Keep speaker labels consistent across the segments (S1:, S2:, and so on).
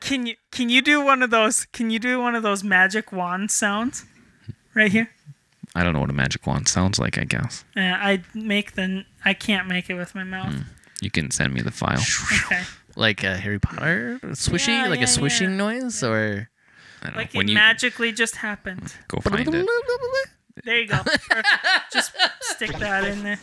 S1: Can you can you do one of those? Can you do one of those magic wand sounds? Right here.
S2: I don't know what a magic wand sounds like. I guess
S1: Uh, I make the. I can't make it with my mouth.
S2: you can send me the file.
S1: Okay.
S3: Like a Harry Potter swishy,
S1: Yeah,
S3: like
S1: yeah,
S3: a swishing noise, or
S2: I don't
S1: Like
S2: know. When
S1: it
S2: you
S1: magically just happened.
S2: go find it.
S1: There you go. Perfect. just stick that in there.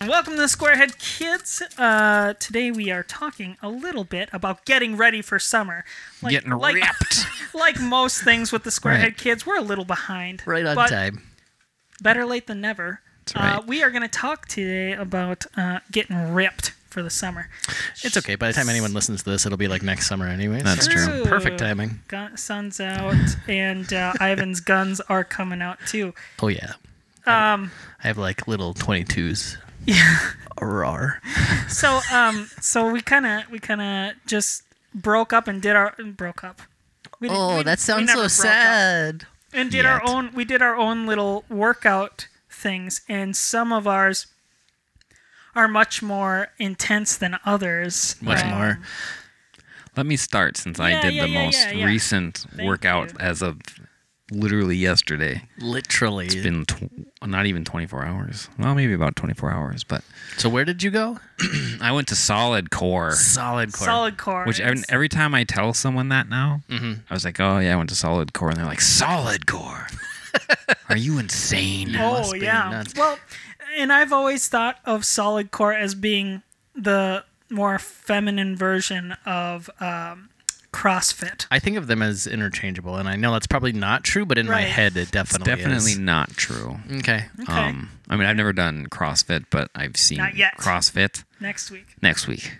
S1: Welcome to the Squarehead Kids. Uh, today we are talking a little bit about getting ready for summer. Like,
S2: Getting
S1: like,
S2: ripped.
S1: Like most things with the Squarehead
S2: Right.
S1: Kids, we're a little behind.
S3: right on
S1: but
S3: time.
S1: Better late than never. Uh,
S2: right.
S1: we are going to talk today about uh, getting ripped for the summer.
S3: It's okay. By the time anyone listens to this, it'll be like next summer, anyways.
S2: That's
S3: So it's
S2: true.
S3: Perfect timing.
S1: Gun- sun's out, and uh, Ivan's guns are coming out too.
S3: Oh yeah. Um, I have like little twenty twos. Yeah. Roar.
S1: So, um, so we kind of, we kind of just broke up and did our broke up. We, didn't-
S3: Oh,
S1: we-
S3: that
S1: we
S3: sounds
S1: never
S3: so
S1: broke up.
S3: sad.
S1: and did our
S3: Yet.
S1: own we did our own little workout things and some of ours are much more intense than others
S3: Much
S1: Um,
S3: more.
S2: Let me start since
S1: Yeah,
S2: I did
S1: yeah,
S2: the
S1: yeah,
S2: most
S1: yeah, yeah.
S2: recent workout
S1: you.
S2: as of literally yesterday.
S3: Literally.
S2: It's been tw- not even 24 hours. Well, maybe about 24 hours, but
S3: so where did you go?
S2: I went to solid core,
S3: Solid core.
S1: solid core
S2: which every,
S1: It's-
S2: every time I tell someone that now, I was like, "Oh yeah, I went to solid core." And they're like, "Solid core? Are you insane?"
S1: oh
S3: must be
S1: yeah
S3: nuts.
S1: well and i've always thought of solid core as being the more feminine version of um, crossfit
S3: I think of them as interchangeable, and I know that's probably not true, but in my
S1: Right.
S3: head, it definitely
S2: Definitely not true.
S3: is. Okay.
S1: okay
S2: Um, I mean, I've never done CrossFit, but I've seen
S1: Not yet.
S2: CrossFit
S1: next week
S2: next week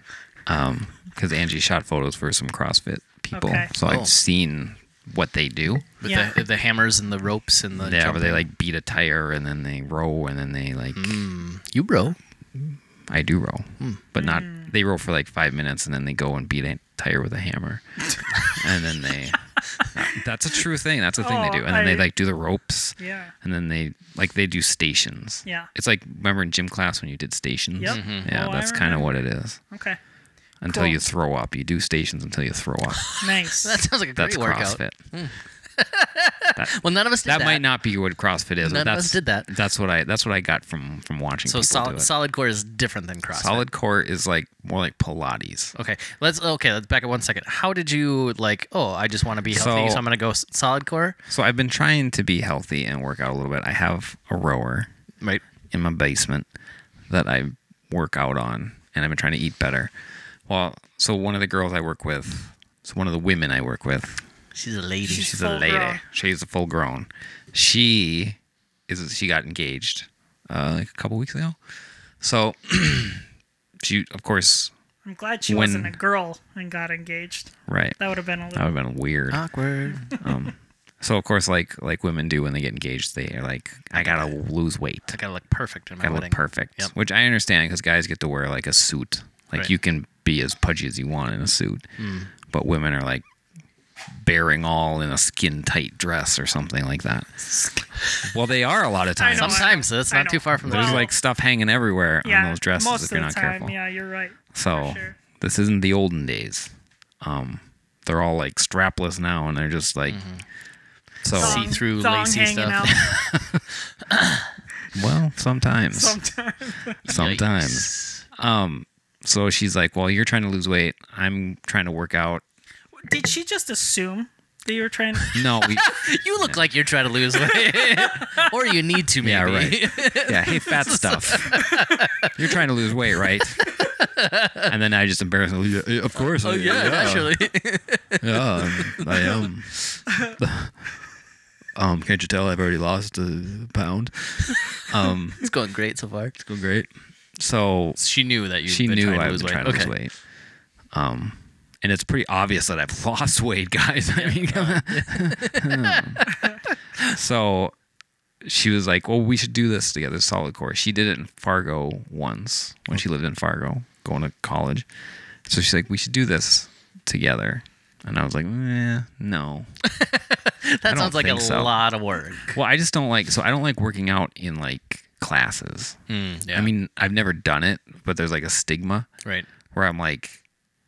S2: because Angie shot photos for some CrossFit people,
S1: Okay.
S2: so
S3: Oh.
S2: I've seen what they do.
S3: With
S1: Yeah.
S3: the, the hammers and the ropes and the
S2: Yeah, where they
S3: jumping.
S2: like beat a tire and then they row and then they like
S3: you bro.
S2: I do row, but not
S1: Hmm.
S2: they row for like five minutes and then they go and beat a tire with a hammer, and then they that's a true thing. That's a thing they
S1: Oh,
S2: do, and then they
S1: I-
S2: like do the ropes.
S1: yeah
S2: And then they like they do stations.
S1: Yeah.
S2: it's like remember in gym class when you did stations.
S1: Yep.
S3: Mm-hmm.
S1: Mhm.
S2: Yeah,
S1: Oh, I
S2: that's kind of
S1: remember.
S2: what it is.
S1: okay
S2: Until
S1: Cool.
S2: you throw up, you do stations until you throw up.
S1: nice
S3: That sounds like a great
S2: That's
S3: workout.
S2: CrossFit.
S3: Well, none of us did that.
S2: That, might not be what CrossFit is.
S3: None
S2: but
S3: of
S2: that's,
S3: us did that.
S2: That's what I. That's what I got from from watching. people
S3: So
S2: do
S3: solid,
S2: it.
S3: solid core is different than CrossFit.
S2: solid core is like more like Pilates.
S3: Okay, let's okay. Let's back up one second. How did you like? Oh, I just want to be healthy, so,
S2: So-
S3: I'm gonna go s- solid core.
S2: So I've been trying to be healthy and work out a little bit. I have a rower
S3: Right.
S2: in my basement that I work out on, and I've been trying to eat better. Well, so one of the girls I work with, so one of the women I work with,
S3: She's a lady.
S1: She's-
S2: she's
S1: full
S2: a lady.
S1: grown.
S2: She's a full grown. She is she got engaged uh, like a couple weeks ago. So she of course
S1: i'm glad she
S2: when-
S1: wasn't a girl and got engaged
S2: right.
S1: that would have been a
S2: That
S1: little
S2: would have been weird.
S1: Uh.
S3: awkward.
S2: So of course like like women do when they get engaged, they are like I gotta lose weight.
S3: I gotta look perfect in my
S2: gotta
S3: wedding.
S2: look perfect.
S3: Yep.
S2: Which I understand because guys get to wear like a suit. Like
S3: Right.
S2: you can be as pudgy as you want in a suit,
S1: Mm.
S2: but women are like bearing all in a skin tight dress or something like that. well, they are a lot of
S1: I
S2: times.
S1: know, I
S3: Sometimes that's
S1: I
S3: not too
S1: know.
S3: far from
S2: There's
S1: Well,
S2: like stuff hanging everywhere
S1: yeah
S2: on those dresses
S1: most
S2: if
S1: of
S2: you're
S1: the
S2: not
S1: time
S2: careful.
S1: yeah you're right
S2: So
S1: sure.
S2: this isn't the olden days. Um, they're all like strapless now, and they're just like
S1: Mm-hmm.
S2: so.
S3: See- See-through
S1: Thong
S3: lacy
S1: hanging
S3: stuff.
S1: out
S2: Well, sometimes,
S1: sometimes.
S2: sometimes. So she's like, "Well, you're trying to lose weight. I'm trying to work out."
S1: Did she just assume that you were trying?
S2: No, we,
S3: You look like you're trying to lose weight, or you need to. Maybe.
S2: Yeah, yeah. Hey, fat stuff. You're trying to lose weight, right? And then I just embarrassingly, "Yeah, yeah, of course. I,
S3: Oh, yeah, actually.
S2: yeah, I am. um, can't you tell I've already lost a pound? Um,
S3: it's going great so far.
S2: it's going great. So
S3: She knew that you.
S2: she knew
S3: trying
S2: I
S3: to
S2: was
S3: lose weight.
S2: trying to
S3: okay.
S2: lose weight. Um, and it's pretty obvious that I've lost weight, guys. I mean, come on. So she was like, "Well, we should do this together, solid core." She did it in Fargo once when she lived in Fargo, going to college. So she's like, "We should do this together," and I was like, eh, "No."
S3: That sounds like a
S2: think so.
S3: lot of work.
S2: well, I just don't like. So I don't like working out in like classes.
S3: yeah.
S2: I mean, I've never done it, but there's like a stigma
S3: right.
S2: where I'm like,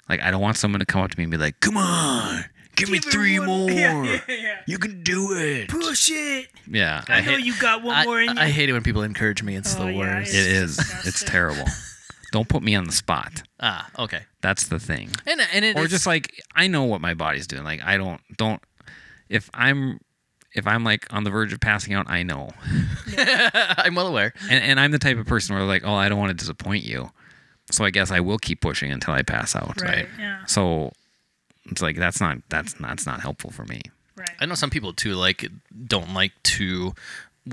S2: like I don't want someone to come up to me and be like, "Come on, give me three more.
S1: Yeah, yeah, yeah. Oh,
S2: You can do it."
S1: Push it.
S2: Yeah,
S1: I,
S2: I
S1: know
S2: hate-
S1: you got one
S3: I,
S1: more in you.
S3: I hate it when people encourage me. It's
S1: Oh,
S3: the
S1: yeah,
S3: worst.
S2: it is. It's
S1: Disgusting.
S2: terrible. don't put me on the spot.
S3: ah, okay.
S2: That's the thing.
S3: And and it
S2: or
S3: is-
S2: just like I know what my body's doing. Like I don't don't if I'm if I'm like on the verge of passing out, I know.
S3: I'm well aware.
S2: And and I'm the type of person where like, oh, I don't want to disappoint you. So I guess I will keep pushing until I pass out.
S1: Right, yeah.
S2: So it's like that's not that's not that's not helpful for me.
S1: right.
S3: I know some people too like don't like to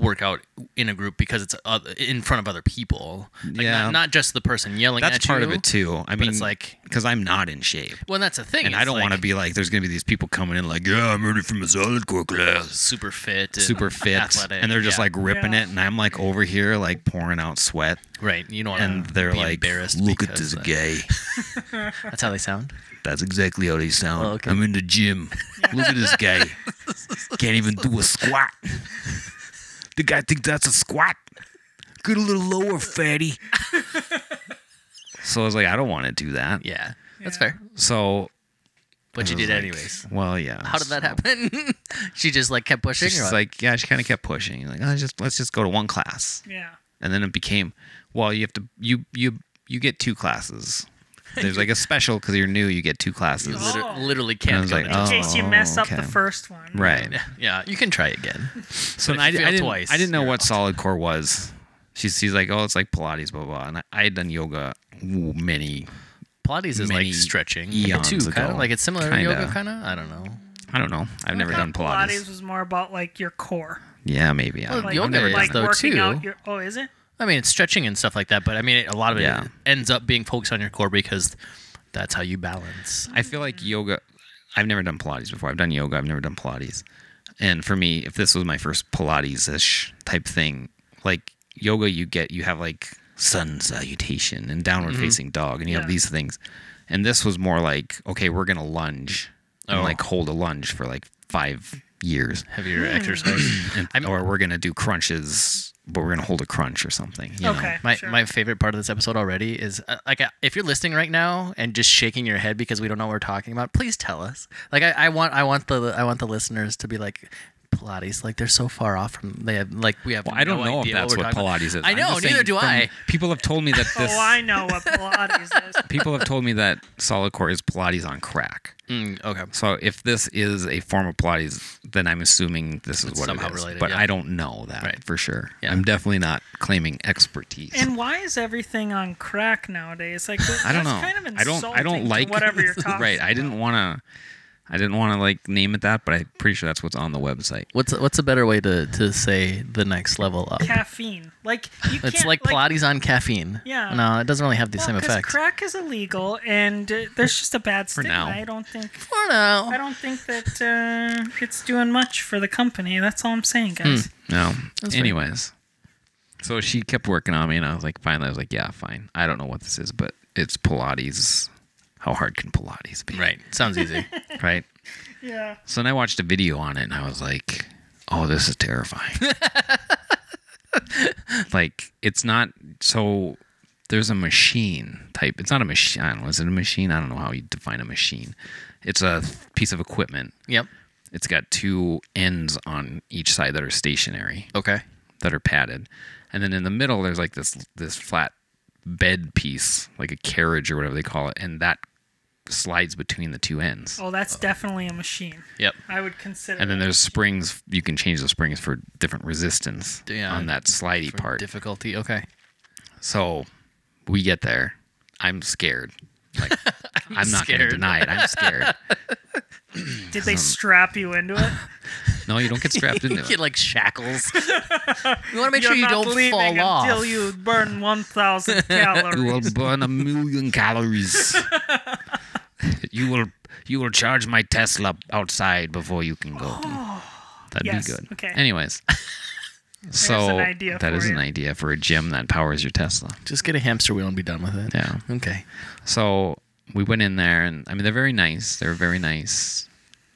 S3: work out in a group because it's uh, in front of other people. Like,
S2: Yeah.
S3: not, not just the person yelling at
S2: That's part
S3: you.
S2: of it too. I
S3: but
S2: mean,
S3: it's like-
S2: because I'm not in shape,
S3: Well, that's the thing.
S2: and I
S3: it's
S2: don't
S3: like
S2: want to be like there's gonna be these people coming in like, yeah, I'm ready for my solid core class.
S3: super fit, and
S2: Super fit,
S3: athletic,
S2: and they're just
S3: yeah.
S2: like ripping
S1: Yeah.
S2: it, and I'm like over here like pouring out sweat.
S3: right. You know,
S2: and they're
S3: be
S2: like,
S3: Mm, embarrassed.
S2: "Look at
S3: because
S2: this
S3: that-
S2: guy.
S3: That's how they sound.
S2: That's exactly how they sound.
S3: Oh, okay.
S2: I'm in the gym. Look at this guy. Can't even do a squat. The guy thinks that's a squat. Get a little lower, fatty." so I was like, "I don't want to do that."
S3: Yeah, that's
S1: Yeah.
S3: fair.
S2: So,
S3: But you
S2: I was
S3: did
S2: like,
S3: anyways.
S2: Well, yeah.
S3: How did that happen? she just like kept pushing.
S2: She's
S3: or what?
S2: like, yeah, she kind of kept pushing. Like, oh, just let's just go to one class,
S1: yeah.
S2: and then it became, well, you have to you you you get two classes. There's like a special because you're new. You get two classes.
S3: Liter-
S1: Oh.
S3: literally
S2: I
S3: can't
S2: was
S3: go
S2: like,
S3: to
S1: In
S2: oh,
S1: case you mess up the
S2: okay.
S1: first one.
S2: Right.
S3: gym. Yeah, you can try again.
S2: So
S3: But
S2: I, I
S3: if you fail
S2: didn't,
S3: twice,
S2: I didn't know
S3: you're
S2: what
S3: out.
S2: solid core was. She's, she's like, oh, it's like Pilates, blah, blah. And I, I had done yoga ooh, many,
S3: Pilates is
S2: Many
S3: like stretching
S2: eons
S3: too, kind
S2: ago.
S3: of like it's similar
S2: Kinda.
S3: to yoga, kind of. I don't know.
S2: I don't know. I've never
S1: I
S2: done
S1: thought
S2: Pilates.
S1: was more about like your core.
S2: Yeah, maybe. I don't
S3: Well,
S1: Like,
S2: know. I've
S3: yoga
S2: never
S3: is,
S2: done
S1: like
S2: it.
S3: though,
S1: working
S3: too.
S1: out your oh, is it?
S3: I mean, it's stretching and stuff like that, but I mean, a lot of it
S2: Yeah.
S3: ends up being focused on your core because that's how you balance.
S2: I feel like yoga. I've never done Pilates before. I've done yoga. I've never done Pilates. And for me, if this was my first Pilates ish type thing, like yoga, you get, you have like sun salutation and downward
S3: Mm-hmm.
S2: facing dog, and you have
S1: Yeah.
S2: these things. And this was more like, okay, we're going to lunge and
S3: Oh.
S2: like hold a lunge for like five years.
S3: Heavier exercise.
S2: Hmm. And, or we're going to do crunches, but we're going to hold a crunch or something. you know?
S1: okay.
S3: My,
S1: sure.
S3: my favorite part of this episode already is uh, like uh, if you're listening right now and just shaking your head because we don't know what we're talking about, please tell us. Like I, I want I want the I want the listeners to be like Pilates, like they're so far off from they have like we have.
S2: Well, I don't
S3: no
S2: know if
S3: idea
S2: that's
S3: we're
S2: what
S3: talking about.
S2: Pilates is.
S3: I
S2: I'm
S3: know,
S2: just
S3: neither
S2: saying
S3: do
S2: from-
S3: I.
S2: People have told me that this.
S1: oh, I know what Pilates is.
S2: people have told me that solid core is Pilates on crack.
S3: Mm, okay,
S2: So if this is a form of Pilates, then I'm assuming this is what
S3: somehow
S2: it is.
S3: related,
S2: but
S3: yeah.
S2: I don't know that
S3: Right.
S2: for sure.
S3: Yeah.
S2: I'm definitely not claiming expertise.
S1: And why is everything on crack nowadays? Like that-
S2: I don't
S1: that's
S2: know.
S1: Kind of
S2: I don't. I
S1: insulting
S2: don't
S1: to
S2: like
S1: whatever you're talking.
S2: right. I
S1: about.
S2: didn't want to. I didn't want to like name it that, but I'm pretty sure that's what's on the website.
S3: what's what's a better way to to say the next level up?
S1: caffeine. Like you
S3: It's
S1: can't,
S3: like Pilates on caffeine.
S1: Yeah.
S3: No, it doesn't really have the
S1: well,
S3: same
S1: 'cause
S3: effect.
S1: Crack is illegal, and uh, there's just a bad stigma.
S2: now.
S1: I don't think.
S3: For now.
S1: I don't think that uh, it's doing much for the company. That's all I'm saying,
S3: Hmm.
S1: guys.
S2: No.
S3: fair.
S2: Anyways, so she kept working on me, and I was like, finally, I was like, yeah, fine. I don't know what this is, but it's Pilates. How hard can Pilates be?
S3: Right. Sounds easy.
S2: Right.
S1: Yeah.
S2: So then I watched a video on it and I was like, oh, this is terrifying. like, it's not so. There's a machine type. It's not a machine. I don't know. Is it a machine? I don't know how you define a machine. It's a piece of equipment.
S3: yep.
S2: It's got two ends on each side that are stationary,
S3: Okay.
S2: that are padded, and then in the middle there's like this this flat bed piece, like a carriage or whatever they call it, and that slides between the two ends.
S1: Oh, that's definitely a machine.
S3: Yep.
S1: I would consider.
S2: And then
S1: that.
S2: there's springs. You can change the springs for different resistance
S3: Yeah.
S2: on that slidey part.
S3: Difficulty. Okay.
S2: so we get there. I'm scared. Like I'm, not going to
S3: scared.
S2: deny it. I'm scared.
S1: Did they strap you into it?
S2: No, you don't get strapped into
S3: You
S2: it.
S3: get like shackles. you want to make
S1: You're
S3: sure you
S1: not
S3: don't
S1: leaving
S3: fall off.
S1: until you burn 1,000
S2: You
S1: calories.
S2: will burn a million calories. you will you will charge my Tesla outside before you can go. That'd
S1: Yes,
S2: be good.
S1: okay.
S2: Anyways, so
S1: an idea
S2: that
S1: for
S2: is an
S1: you.
S2: idea for a gym that powers your Tesla.
S3: Just get a hamster wheel and be done with it.
S2: Yeah.
S3: Okay.
S2: So we went in there, and I mean, they're very nice. They're very nice.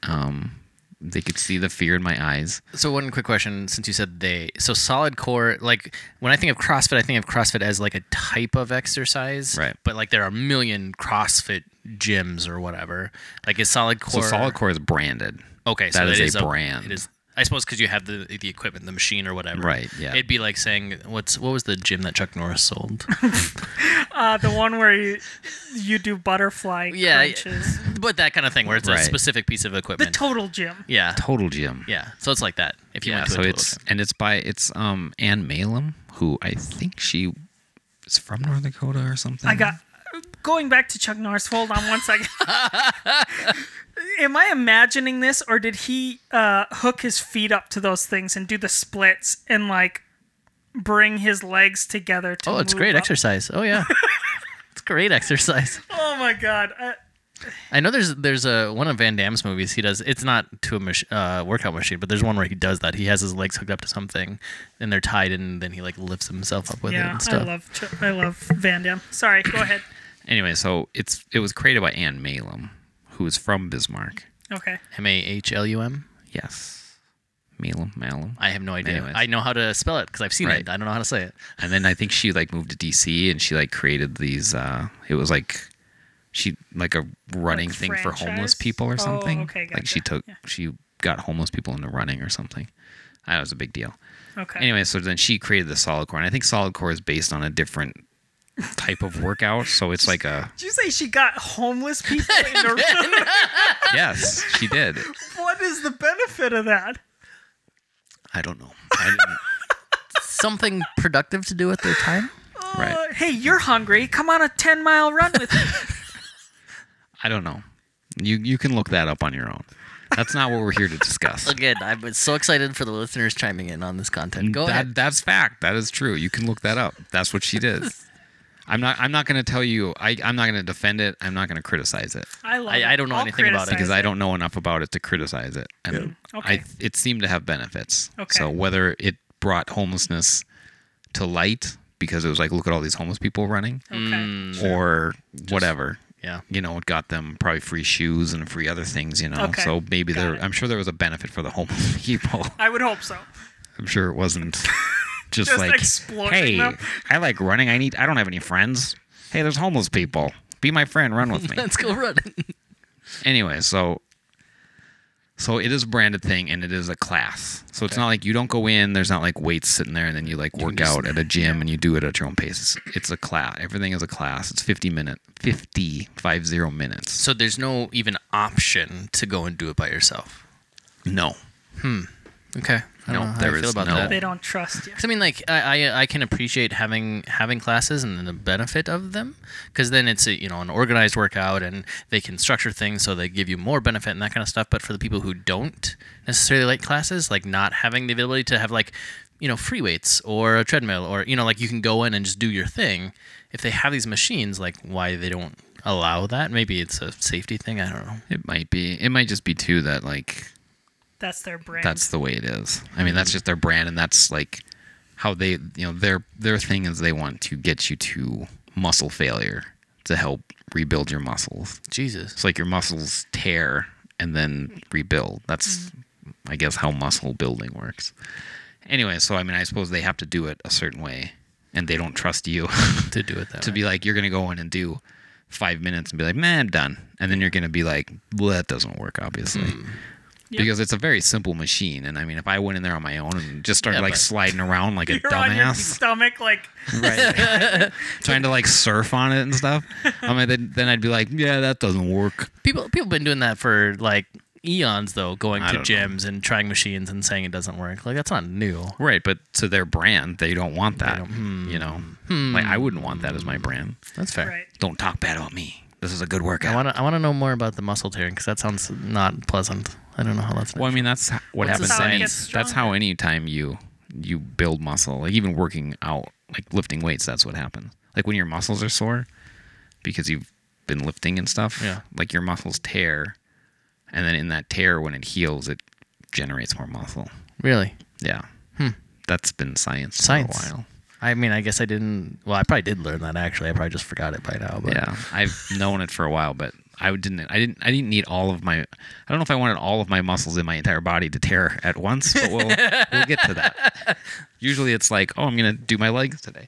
S2: Um, they could see the fear in my eyes.
S3: So one quick question, since you said they, so solid core, like when I think of CrossFit, I think of CrossFit as like a type of exercise,
S2: Right.
S3: But like there are a million CrossFit gyms or whatever. Like is solid
S2: So
S3: core
S2: solid core is branded.
S3: Okay, so
S2: That is
S3: it
S2: a
S3: is
S2: brand.
S3: It is, I suppose, because you have the the equipment, the machine, or whatever.
S2: Right, yeah.
S3: It'd be like saying, "What's what was the gym that Chuck Norris sold?"
S1: Uh, the one where you, you do butterfly
S3: Yeah, yeah.
S1: crunches.
S3: but that kind of thing, where it's a
S2: Right.
S3: specific piece of
S1: The
S3: equipment.
S1: total gym.
S3: yeah,
S2: Total gym.
S3: yeah. So it's like that. If you
S2: Yeah,
S3: went to
S2: so
S3: a
S2: it's and it's by it's um Ann Malum, who I think she is from North Dakota or something.
S1: I got
S3: Mm-hmm.
S1: going back to Chuck Norris. Hold on one second. Am I imagining this, or did he uh, hook his feet up to those things and do the splits and like bring his legs together? To
S3: oh, it's
S1: move
S3: great
S1: up?
S3: exercise. Oh yeah, it's great exercise.
S1: Oh my god! I,
S3: I know there's there's a one of Van Damme's movies. He does it's not to a mach- uh, workout machine, but there's one where he does that. He has his legs hooked up to something, and they're tied, and then he like lifts himself up with it
S1: yeah,
S3: and
S1: I
S3: stuff.
S1: love Chuck- I love Van Damme. Sorry, go ahead.
S2: anyway, so it's it was created by Ann Malum, who is from Bismarck.
S1: Okay,
S3: M a h l u m.
S2: Yes. Malum, Malum.
S3: I have no idea.
S2: Anyways.
S3: I know how to spell it because I've seen
S2: Right.
S3: it. I don't know how to say it.
S2: And then I think she like moved to DC and she like created these uh it was like she like a running
S1: Like
S2: thing for
S1: franchise?
S2: homeless people or
S1: Oh,
S2: something.
S1: okay,
S2: Like she
S1: gotcha.
S2: took she got homeless people into running or something. I know it was a big deal.
S1: okay.
S2: Anyway, so then she created the solid core and I think solid core is based on a different type of workout. So it's like a
S1: Did you say she got homeless people in the
S2: yes, she did.
S1: What is the benefit of that?
S2: I don't know. I didn't
S3: Something productive to do with their time.
S2: right.
S1: Uh, hey, you're hungry. Come on a 10 mile run with me.
S2: I don't know. You you can look that up on your own. That's not what we're here to discuss.
S3: Again, I'm so excited for the listeners chiming in on this content. Go
S2: that,
S3: ahead.
S2: That's fact. That is true. You can look that up. That's what she did. I'm not. I'm not going to tell you. I, I'm not going to defend it. I'm not going to criticize it
S1: I love
S3: I-
S1: it.
S3: I don't know
S1: I'll
S3: anything about it
S1: criticize
S2: because I don't know enough about it to criticize it. And
S1: Okay.
S2: I, it seemed to have benefits.
S1: Okay.
S2: So whether it brought homelessness to light because it was like, look at all these homeless people running,
S3: Mm.
S1: Okay.
S2: or whatever.
S3: Yeah.
S2: You know, it got them probably free shoes and free other things. You know,
S1: Okay.
S2: so maybe
S1: Got
S2: there.
S1: it.
S2: I'm sure there was a benefit for the homeless people.
S1: I would hope so.
S2: I'm sure it wasn't just,
S1: Just
S2: like,
S1: exploiting
S2: hey,
S1: them."
S2: I like running. I need. I don't have any friends. Hey, there's homeless people. Be my friend. Run with me.
S3: Let's go running.
S2: anyway, so so it is a branded thing and it is a class. So it's not like you don't go in. There's not like weights sitting there and then you like work out at a gym and you do it at your own pace. It's, it's a class. Everything is a class. It's 50 minute, 50 five zero minutes.
S3: So there's no even option to go and do it by yourself.
S2: No,
S3: Okay. I
S2: No,
S3: don't know how
S2: there
S3: I feel
S2: is
S3: about
S2: no-
S3: that.
S1: They don't trust you.
S3: Because I mean, like I, I I can appreciate having having classes and the benefit of them, because then it's a, you know an organized workout and they can structure things so they give you more benefit and that kind of stuff. But for the people who don't necessarily like classes, like not having the ability to have like you know free weights or a treadmill or you know like you can go in and just do your thing. If they have these machines, like why they don't allow that? Maybe it's a safety thing. I don't know.
S2: it might be. It might just be too that like
S1: That's their brand.
S2: that's the way it is. I mean, that's just their brand, and that's like how they, you know, their their thing is they want to get you to muscle failure to help rebuild your muscles.
S3: Jesus.
S2: It's like your muscles tear and then rebuild. That's, I guess, how muscle building works. Anyway, so I mean, I suppose they have to do it a certain way, and they don't trust you
S3: To do it that
S2: to
S3: way.
S2: be like, you're gonna go in and do five minutes and be like, man, I'm done, and then you're gonna be like, well, that doesn't work, obviously
S1: Yep.
S2: because it's a very simple machine. And I mean, if I went in there on my own and just started
S3: Yeah,
S2: like
S3: but-
S2: sliding around like a
S1: You're on your
S2: dumbass,
S1: stomach, like,
S2: trying to like surf on it and stuff, I mean, then, then I'd be like, yeah, that doesn't work.
S3: People people have been doing that for like eons though, going
S2: I
S3: to
S2: don't know.
S3: gyms and trying machines and saying it doesn't work. Like that's not new.
S2: Right. But to their brand, they don't want that. You know, like I wouldn't want that as my brand.
S3: That's fair.
S1: right.
S2: Don't talk bad about me. This is a good
S3: I
S2: workout.
S3: want to I want to know more about the muscle tearing because that sounds not pleasant. I don't know how that's.
S2: well, I mean, that's h- what
S3: That's
S2: happens.
S3: how it
S2: any-
S1: gets
S2: that's how any time you you build muscle, like even working out, like lifting weights, that's what happens. Like when your muscles are sore because you've been lifting and stuff.
S3: Yeah.
S2: Like your muscles tear, and then in that tear, when it heals, it generates more muscle.
S3: Really?
S2: Yeah. That's been science,
S3: Hmm. Science.
S2: for a while.
S3: I mean, I guess I didn't. Well, I probably did learn that actually. I probably just forgot it by now. But
S2: Yeah. I've known it for a while, but I didn't I didn't I didn't need all of my I don't know if I wanted all of my muscles in my entire body to tear at once, but we'll we'll get to that. Usually it's like, oh I'm gonna do my legs today.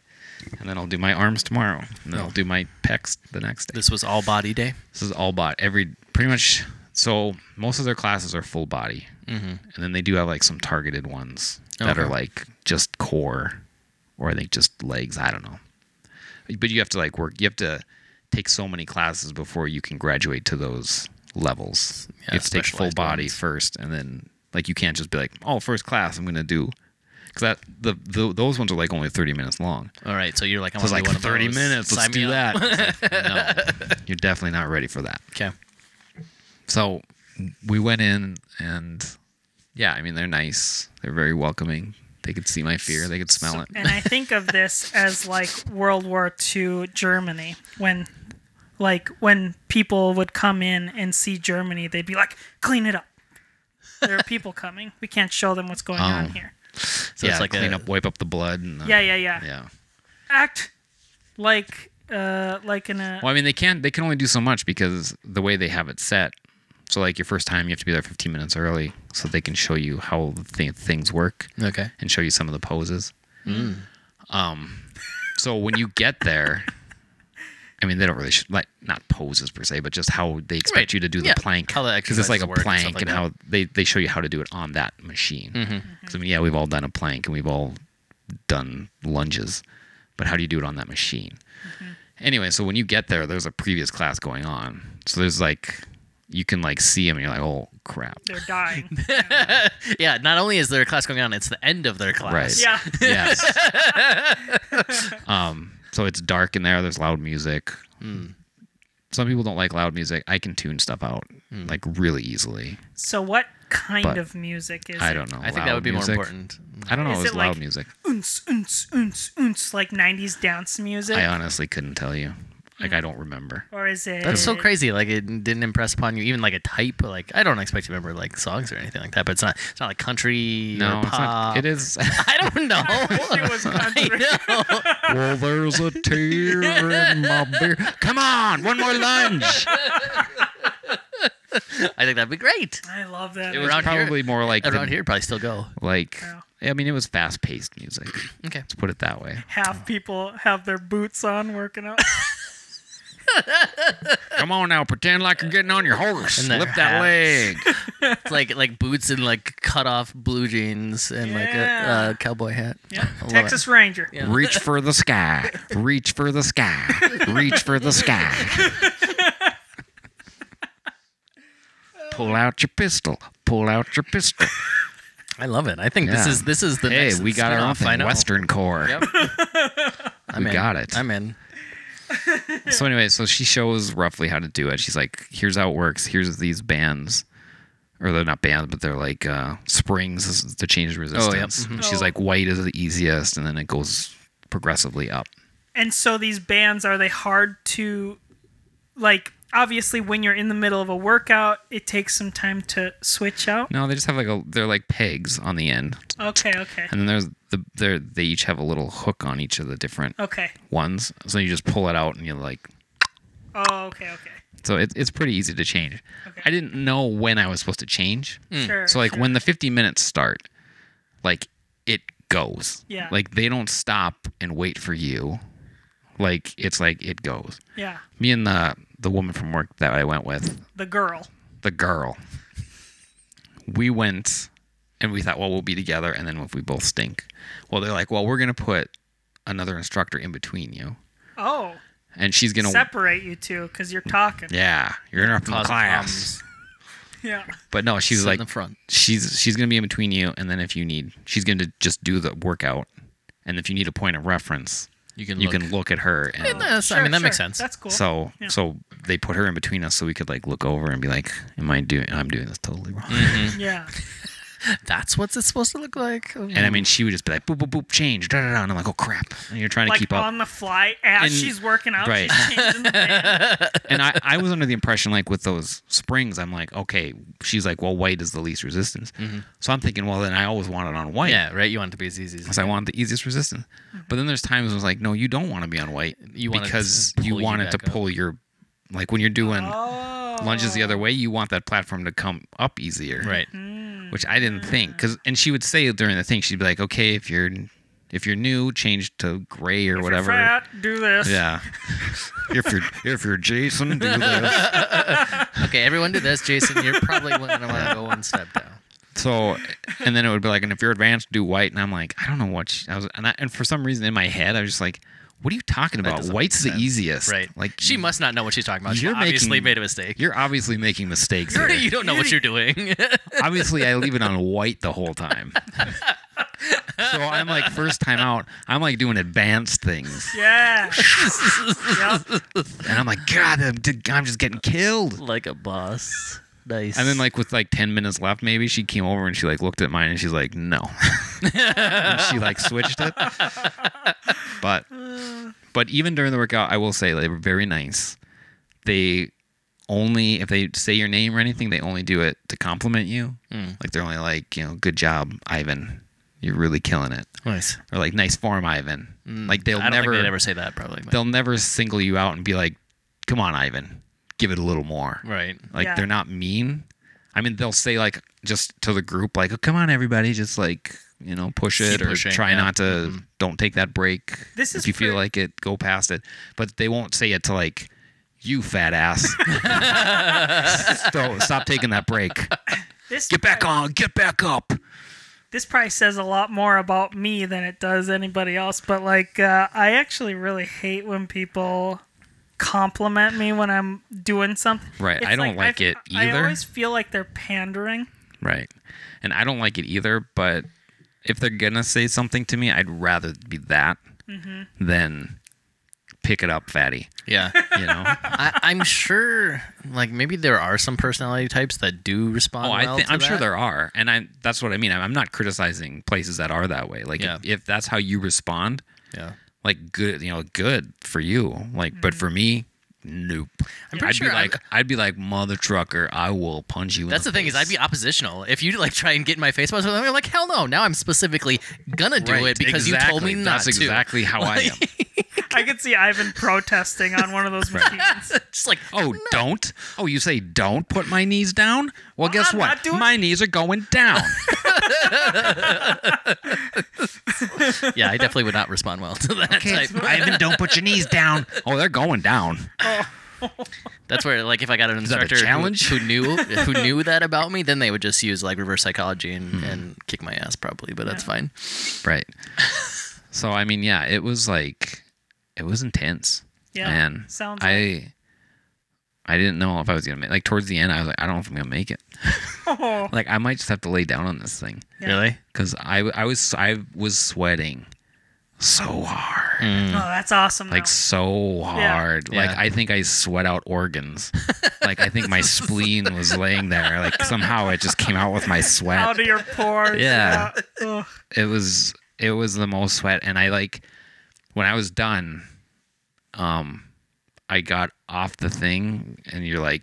S2: And then I'll do my arms tomorrow. And then I'll do my pecs the next day.
S3: this was all body day.
S2: This is all bot. Every pretty much. So most of their classes are full body, mm-hmm. and then they do have like some targeted ones that are
S3: Okay.
S2: like just core, or I think just legs. I don't know. But you have to like work. You have to take so many classes before you can graduate to those levels.
S3: Yeah,
S2: you have to take full
S3: specialized
S2: body
S3: ones.
S2: first, and then like you can't just be like, oh, first class, I'm gonna do. Cause that the, the those ones are like only thirty minutes long.
S3: All right, so you're like, I
S2: So it's like
S3: wanna do one of
S2: thirty
S3: those.
S2: minutes. Let's
S3: Sign me
S2: do
S3: up.
S2: that. It's like, no, you're definitely not ready for that.
S3: Okay.
S2: So we went in and yeah, I mean they're nice. They're very welcoming. They could see my fear. They could smell it.
S1: And I think of this as like World War II Germany when like when people would come in and see Germany, they'd be like, "Clean it up. There are people coming. We can't show them what's going on
S2: Oh.
S1: here."
S3: So
S2: yeah,
S3: it's like
S2: clean
S3: a,
S2: up, wipe up the blood. And the,
S1: Yeah, yeah, yeah.
S2: yeah.
S1: Act like uh like in a
S2: Well, I mean they can they can only do so much because the way they have it set. So like your first time, you have to be there 15 minutes early so they can show you how the th- things work
S3: Okay.
S2: and show you some of the poses.
S3: Mm.
S2: Um, so when you get there. I mean, they don't really sh- like not poses per se, but just how they expect
S3: Right.
S2: you to do the
S3: Yeah.
S2: plank.
S3: How the
S2: because it's
S3: exercises
S2: like a
S3: work and stuff
S2: plank
S3: like
S2: and
S3: that. Mm-hmm.
S2: how they, they show you how to do it on that machine. Because I mean, yeah, we've all done a plank and we've all done lunges, but how do you do it on that machine? Anyway, so when you get there, there's a previous class going on. So there's like you can like see them and you're like, oh crap,
S1: they're dying.
S3: Yeah. Not only is there a class going on, it's the end of their class.
S2: Right.
S1: yeah.
S2: yes. um, so it's dark in there. There's loud music. Some people don't like loud music. I can tune stuff out like really easily.
S1: So what kind
S2: But
S1: of music is
S2: I
S1: it?
S2: don't know.
S3: I think
S2: loud
S3: that would be
S2: music?
S3: more important.
S2: I don't know.
S1: Is
S2: It was
S1: it
S2: loud
S1: like-
S2: music.
S1: Oons, oons, oons, oons, like 90s dance music
S2: I honestly couldn't tell you. Like I don't remember.
S1: or is it
S3: That's so crazy. Like it didn't impress upon you even like a type. Like I don't expect you to remember like songs or anything like that. But it's not. It's not like country.
S2: No,
S3: or
S2: it's not.
S3: pop.
S2: It is.
S3: I don't know.
S1: It was country.
S3: I know.
S2: well, there's a tear in my beer. Come on, one more lunge.
S3: I think that'd be great.
S1: I love that.
S2: It was
S3: Around here-
S2: probably more like
S3: Around
S2: the-
S3: here, probably still go.
S2: Like,
S1: Yeah.
S2: I mean, it was fast-paced music.
S3: Okay.
S2: Let's put it that way.
S1: half people have their boots on working out.
S2: Come on now, pretend like you're getting on your horse.
S3: And their
S2: Lift that
S3: hats.
S2: leg.
S3: It's like like boots and like cut off blue jeans and like
S1: Yeah.
S3: a, a cowboy hat.
S1: Yeah.
S3: I love
S1: Texas Ranger.
S3: Yeah.
S2: Reach for the sky. Reach for the sky. Reach for the sky. Pull out your pistol. Pull out your pistol.
S3: it. I love it. I think this
S2: Yeah.
S3: is this is the
S2: hey,
S3: next
S2: we got our own
S3: spin-off, I
S2: thing,
S3: know.
S2: Western Core.
S3: Yep. I'm
S2: We
S3: in.
S2: got it.
S3: I'm in.
S2: So anyway, so she shows roughly how to do it. She's like, "Here's how it works. Here's these bands." Or they're not bands, but they're like uh, springs is- to change resistance.
S3: mhm.
S2: She's
S1: Oh.
S2: like, white is the easiest, and then it goes progressively up.
S1: And so these bands are they hard to like obviously when you're in the middle of a workout, it takes some time to switch out.
S2: No, they just have like a they're like pegs on the end,
S1: Okay, okay.
S2: and then there's the they they each have a little hook on each of the different
S1: Okay.
S2: ones. So you just pull it out and you're like,
S1: Oh, okay, okay.
S2: so it, it's pretty easy to change.
S1: Okay. Hmm.
S2: I didn't know when I was supposed to change.
S1: Sure.
S2: So like
S1: sure.
S2: when the 50 minutes start, like it goes.
S1: Yeah.
S2: Like they don't stop and wait for you. Like it's like it goes.
S1: Yeah.
S2: Me and the the woman from work that I went with,
S1: The girl.
S2: the girl. We went and we thought, well, we'll be together and then if we both stink. Well, they're like, well, we're going to put another instructor in between you.
S1: Oh.
S2: And she's going to
S1: Separate you two cuz you're talking.
S2: Yeah, you're interrupting the
S3: Cause
S2: class.
S3: problems.
S1: Yeah.
S2: But no, she's
S3: Sit
S2: like
S3: in the front.
S2: she's she's going to be in between you and then if you need, she's going to just do the workout. And if you need a point of reference,
S3: You can
S2: you
S3: look.
S2: can look at her and
S3: Yeah, that's- I
S1: Sure,
S3: mean that makes
S1: sure.
S3: sense.
S1: That's cool.
S2: so
S1: Yeah.
S2: so they put
S3: Mm-hmm.
S2: her in between us so we could like look over and be like am i doing i'm doing this totally wrong
S1: yeah.
S3: That's what it's supposed to look like.
S2: And I mean, she would just be like, boop, boop, boop, change, da, da, da. And I'm like, oh, crap. And you're trying to
S1: like
S2: keep up.
S1: on the fly as
S2: And-
S1: she's working out.
S2: right.
S1: She's changing the band.
S2: and I, I was under the impression, like, with those springs, I'm like, okay, she's like, well, white is the least resistance. So I'm thinking, well, then I always want it on white.
S3: yeah, right. You want it to be as easy as
S2: Because I want the easiest resistance. But then there's times I was like, no, you don't want to be on white.
S3: You want it to
S2: because
S3: pull
S2: you
S3: you
S2: want it to
S3: back up.
S2: pull your, like, when you're doing
S1: Oh.
S2: lunges the other way, you want that platform to come up easier.
S3: right.
S2: which I didn't think because and she would say during the thing she'd be like, okay, if you're if you're new, change to gray or
S1: If
S2: whatever.
S1: You're fat, do this.
S2: Yeah. if you're if you're Jason, do this.
S3: Okay, everyone do this, Jason. You're probably going to want to go one step down.
S2: So and then it would be like, and if you're advanced, do white. And I'm like, I don't know what she, I was, and I, and for some reason in my head I was just like, what are you talking about?
S3: doesn't
S2: White's the
S3: make sense.
S2: easiest,
S3: Right.
S2: Like
S3: she must not know what she's talking about. She
S2: you're
S3: obviously
S2: making-
S3: made a mistake.
S2: You're obviously making mistakes.
S3: You're,
S2: Here.
S3: you do not know what you're doing.
S2: obviously I leave it on white the whole time. so I'm like first time out, I'm like doing advanced things.
S1: Yeah. Yep.
S2: And I'm like, God, I'm, I'm just getting killed.
S3: like a boss. Nice.
S2: And then like with like ten minutes left, maybe she came over and she like looked at mine and she's like, no. and she like switched it. But but even during the workout, I will say they were very nice. They only if they say your name or anything, they only do it to compliment you.
S3: Hmm.
S2: Like they're only like, you know, good job, Ivan. You're really killing it.
S3: nice.
S2: Or like nice form, Ivan. Like they'll
S3: Hmm. I don't
S2: never
S3: think they'd ever say that. Probably. but-
S2: they'll never single you out and be like, Come on, Ivan, give it a little more.
S3: Right.
S2: Like
S1: Yeah.
S2: they're not mean. I mean, they'll say like just to the group, like, oh, "Come on, everybody, just like you know, push
S3: Keep
S2: it or
S3: pushing,
S2: try
S3: yeah. Mm-hmm.
S2: not to, don't take that break.
S1: This
S2: if
S1: is
S2: you feel
S1: pre-
S2: like it, go past it." But they won't say it to like you, fat ass. so stop taking that break.
S1: This
S2: Get back on. Get back up.
S1: this probably says a lot more about me than it does anybody else but like uh, i actually really hate when people compliment me when i'm doing something
S2: Right, I don't like
S1: I-
S2: it
S1: i
S2: either.
S1: always feel like they're pandering
S2: Right. And I don't like it either, but if they're going to say something to me, I'd rather be that
S1: Mm-hmm.
S2: than pick it up, fatty.
S3: Yeah.
S2: You know?
S3: I, I'm sure. Like maybe there are some personality types that do respond.
S2: oh,
S3: well
S2: I think
S3: to
S2: I'm sure
S3: that.
S2: there are. And I that's what I mean. I'm, I'm not criticizing places that are that way. Like,
S3: Yeah.
S2: if, if that's how you respond,
S3: Yeah.
S2: like, good, you know, good for you. Like, but for me, nope.
S3: I'm pretty
S2: I'd
S3: sure
S2: be
S3: I'm-
S2: like, i would be like, mother trucker, I will punch you.
S3: That's the
S2: in the,
S3: thing is I'd be oppositional. If you like try and get in my face, I was like, hell no. Now I'm specifically gonna do
S2: Right,
S3: it because you told me
S2: exactly.
S3: not
S2: That's
S3: to.
S2: exactly how I am.
S1: i could see ivan protesting on one of those machines
S3: Just like
S2: Oh, don't. Oh, you say don't put my knees down? Well, guess
S1: I'm
S2: what?
S1: not doing-
S2: My knees are going down.
S3: yeah, I definitely would not respond well to that.
S2: Okay,
S3: type.
S2: Ivan, don't put your knees down. Oh, they're going down.
S3: That's where, like, if I got an
S2: that a
S3: instructor who-
S2: challenge?
S3: Who, knew who knew that about me, then they would just use like reverse psychology and, and kick my ass probably. But that's fine.
S2: Right. So I mean, yeah, it was like it was intense.
S1: Yeah,
S2: Man,
S1: sounds
S2: I I didn't know if I was gonna make like towards the end. I was like, I don't know if I'm gonna make it.
S1: oh,
S2: Like I might just have to lay down on this thing
S1: Yeah.
S3: Really?
S2: because I I was I was sweating so hard.
S1: oh that's awesome
S2: Mm. like
S1: though.
S2: so hard. Like
S3: Yeah.
S2: I think I sweat out organs. like I think my spleen was laying there. Like somehow it just came out with my sweat.
S1: out of your pores
S2: Yeah.
S1: yeah. Ugh.
S2: It was it was the most sweat and I like when I was done um I got off the thing and you're like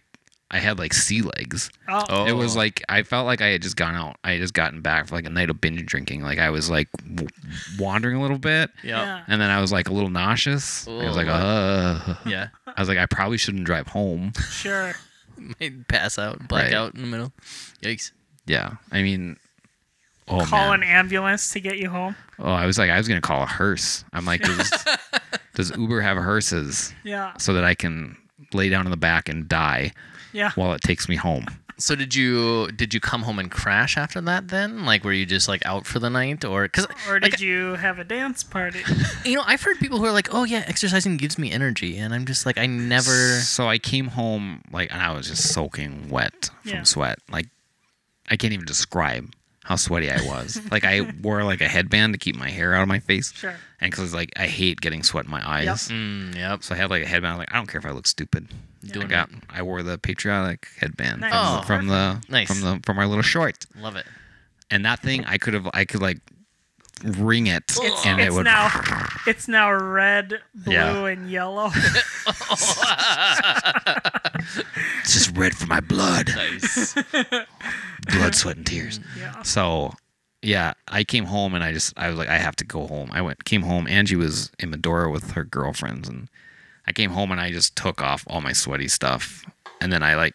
S2: I had like sea legs.
S1: Oh,
S3: Oh,
S2: It was like I felt like I had just gone out. I had just gotten back for like a night of binge drinking. Like I was like w- wandering a little bit.
S3: yeah,
S2: And then I was like a little nauseous. I was like,
S3: Oh.
S2: uh,
S3: yeah.
S2: I was like, I probably shouldn't drive home.
S1: sure
S3: Might pass out, black
S2: Right.
S3: out in the middle. Yikes!
S2: Yeah, I mean, oh
S1: call an
S2: man,
S1: ambulance to get you home
S2: oh, I was like, I was gonna call a hearse. I'm like, does, does Uber have hearses
S1: yeah
S2: so that I can lay down in the back and die
S1: yeah
S2: while it takes me home?
S3: So did you did you come home and crash after that? Then like were you just like out for the night or because
S1: or did you have a dance party
S3: you know I've heard people who are like, oh yeah, exercising gives me energy, and I'm just like, I never.
S2: So I came home like, and I was just soaking wet from
S1: Yeah.
S2: sweat. Like, I can't even describe how sweaty I was. like, I wore like a headband to keep my hair out of my face,
S1: Sure.
S2: and because like I hate getting sweat in my eyes.
S3: Mm, yep.
S2: So I had like a headband. I'm like, I don't care if I look stupid. I
S3: Doing
S2: got. I wore the patriotic headband
S1: Nice.
S2: from,
S3: Oh.
S2: from the
S3: Nice.
S2: from the from our little short,
S3: Love it.
S2: And that thing, I could have, I could like ring it,
S1: It's,
S2: and it
S1: it's
S2: would.
S1: now it's now red, blue,
S2: Yeah.
S1: and yellow.
S2: It's just red for my blood,
S3: Nice.
S2: blood, sweat, and tears.
S1: yeah.
S2: So, yeah, I came home and I just I was like I have to go home. I went came home. Angie was in Medora with her girlfriends, and I came home and I just took off all my sweaty stuff, and then I like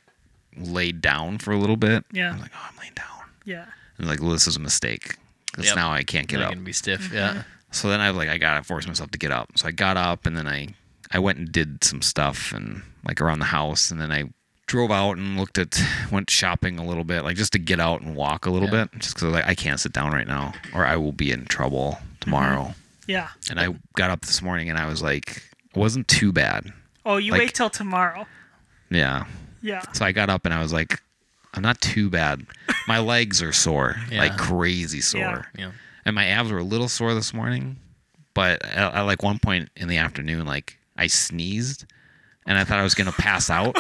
S2: laid down for a little bit.
S1: Yeah.
S2: I was like, oh, I'm laying down.
S1: Yeah.
S2: And like, well, this is a mistake. Because
S3: Yep.
S2: now I can't get
S3: You're
S2: up.
S3: gonna be stiff. Yeah.
S2: So then I was like, I gotta force myself to get up. So I got up and then I, I went and did some stuff and like around the house and then I drove out and looked at, went shopping a little bit, like just to get out and walk a little
S3: Yeah.
S2: bit, just because like I can't sit down right now or I will be in trouble tomorrow.
S3: Mm-hmm.
S1: Yeah.
S2: And I got up this morning and I was like, it wasn't too bad.
S1: Oh, you
S2: Like-
S1: wait till tomorrow.
S2: Yeah.
S1: Yeah.
S2: So I got up and I was like, I'm not too bad. My legs are sore,
S3: Yeah.
S2: like crazy sore.
S1: Yeah.
S3: Yeah.
S2: and my abs were a little sore this morning but at, at like one point in the afternoon like i sneezed and i thought i was gonna pass out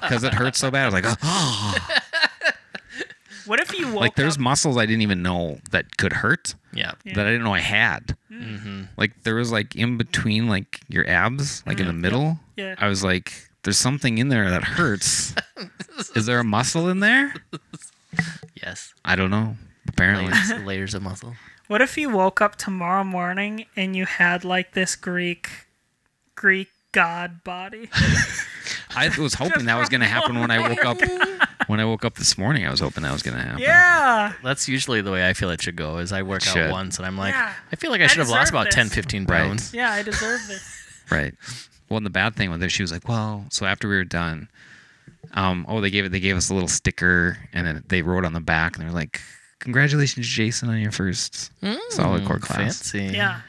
S2: because it hurt so bad i was like oh
S1: What if you woke
S2: like there's
S1: up?
S2: muscles i didn't even know that could hurt
S3: Yeah.
S1: Yeah.
S2: that i didn't know i had like there was like in between like your abs like in the middle
S1: Mm. Yeah.
S2: i was like there's something in there that hurts is there a muscle in there
S3: Yes.
S2: i don't know apparently
S3: Layers, layers of muscle.
S1: What if you woke up tomorrow morning and you had like this Greek, Greek god body?
S2: I was hoping that was going to happen when I woke up. When I woke up this morning, I was hoping that was going to happen.
S1: Yeah.
S3: That's usually the way I feel it should go. Is I work
S2: should.
S3: out once and I'm like,
S1: Yeah.
S3: I feel like I should have
S1: deserve
S3: lost about
S1: this.
S3: 10, 15
S2: Right.
S3: pounds.
S1: Yeah, I deserve this.
S2: Right. Well, and the bad thing with it, she was like, "Well," so after we were done, um, oh, they gave it. They gave us a little sticker, and then they wrote on the back, and they're like, "Congratulations, Jason, on your first solid core class."
S3: Mm. Fancy.
S1: Yeah.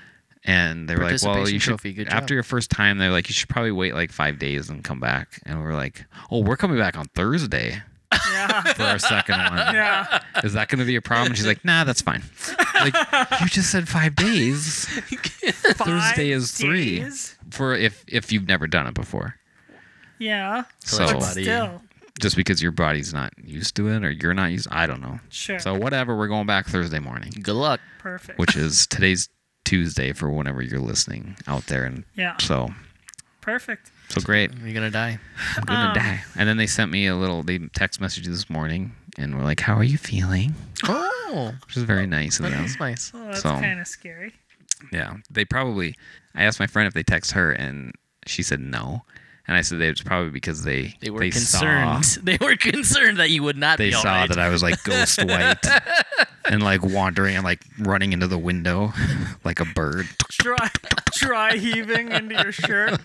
S2: And they were like, "Well,
S3: Participation
S2: you should."
S3: trophy, good
S2: after
S3: job.
S2: your first time, they're like, "You should probably wait like five days and come back." And we were like, "Oh, we're coming back on Thursday
S1: Yeah.
S2: for our second one."
S1: Yeah.
S2: Is that going to be a problem? And she's like, nah, that's fine. Like, you just said five days Thursday is three.
S1: days?
S2: for if if you've never done it before.
S1: Yeah.
S2: So
S3: But
S1: But
S3: Body.
S1: still.
S2: just because your body's not used to it or you're not used, I don't know.
S1: Sure.
S2: So whatever, we're going back Thursday morning,
S3: Good luck.
S1: Perfect.
S2: which is today's Tuesday for whenever you're listening out there, and
S1: yeah.
S2: so
S1: Perfect.
S2: so great.
S3: You're gonna die.
S2: I'm gonna die. And then they sent me a little they text message this morning, and we're like, "How are you feeling?"
S3: Oh,
S2: Which is very nice of them.
S3: that's nice.
S1: Well, that's
S2: So-
S1: kind of scary.
S2: Yeah, they probably. I asked my friend if they text her, and she said no. And I said it was probably because they
S3: They were
S2: saw-
S3: concerned. They were concerned that you would not
S2: they
S3: be all
S2: saw
S3: right.
S2: that I was like ghost white and like wandering and like running into the window like a bird.
S1: Dry, dry heaving into your shirt.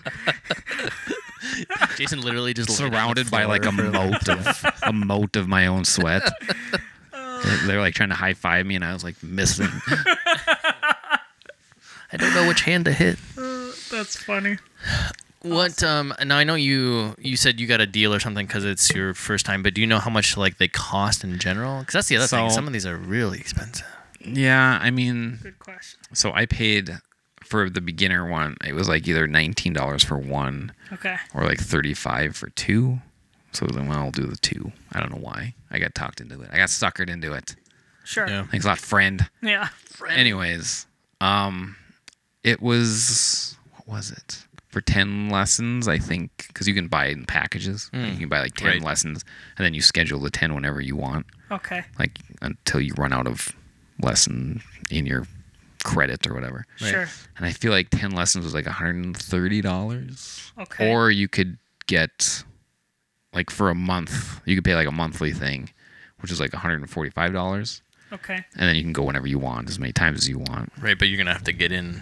S3: Jason literally just laid on the
S2: surrounded by like a
S3: floor for-
S2: moat of a moat of my own sweat. They're, they're like trying to high five me, and I was like missing.
S3: I don't know which hand to hit.
S1: Uh, that's funny.
S3: What? Um. Now I know you. You said you got a deal or something because it's your first time. But do you know how much like they cost in general? Because that's the other thing.
S2: So-
S3: Some of these are really expensive.
S2: Yeah, I mean,
S1: Good question.
S2: so I paid for the beginner one. It was like either nineteen dollars for one
S1: Okay.
S2: or like 35 for two. So then well, I'll do the two. I don't know why. I got talked into it. I got suckered into it.
S1: Sure.
S3: Yeah.
S2: Thanks a lot, friend.
S1: yeah.
S2: Anyways, um, it was what was it for ten lessons? I think because you can buy it in packages. You can buy like ten
S3: Right.
S2: lessons, and then you schedule the ten whenever you want,
S1: Okay.
S2: like until you run out of lesson in your credit or whatever.
S1: Sure.
S2: And I feel like ten lessons was like one hundred and thirty dollars.
S1: Okay.
S2: Or you could get like for a month, you could pay like a monthly thing, which is like $145,
S1: okay.
S2: and then you can go whenever you want, as many times as you want.
S3: Right, but you're gonna have to get in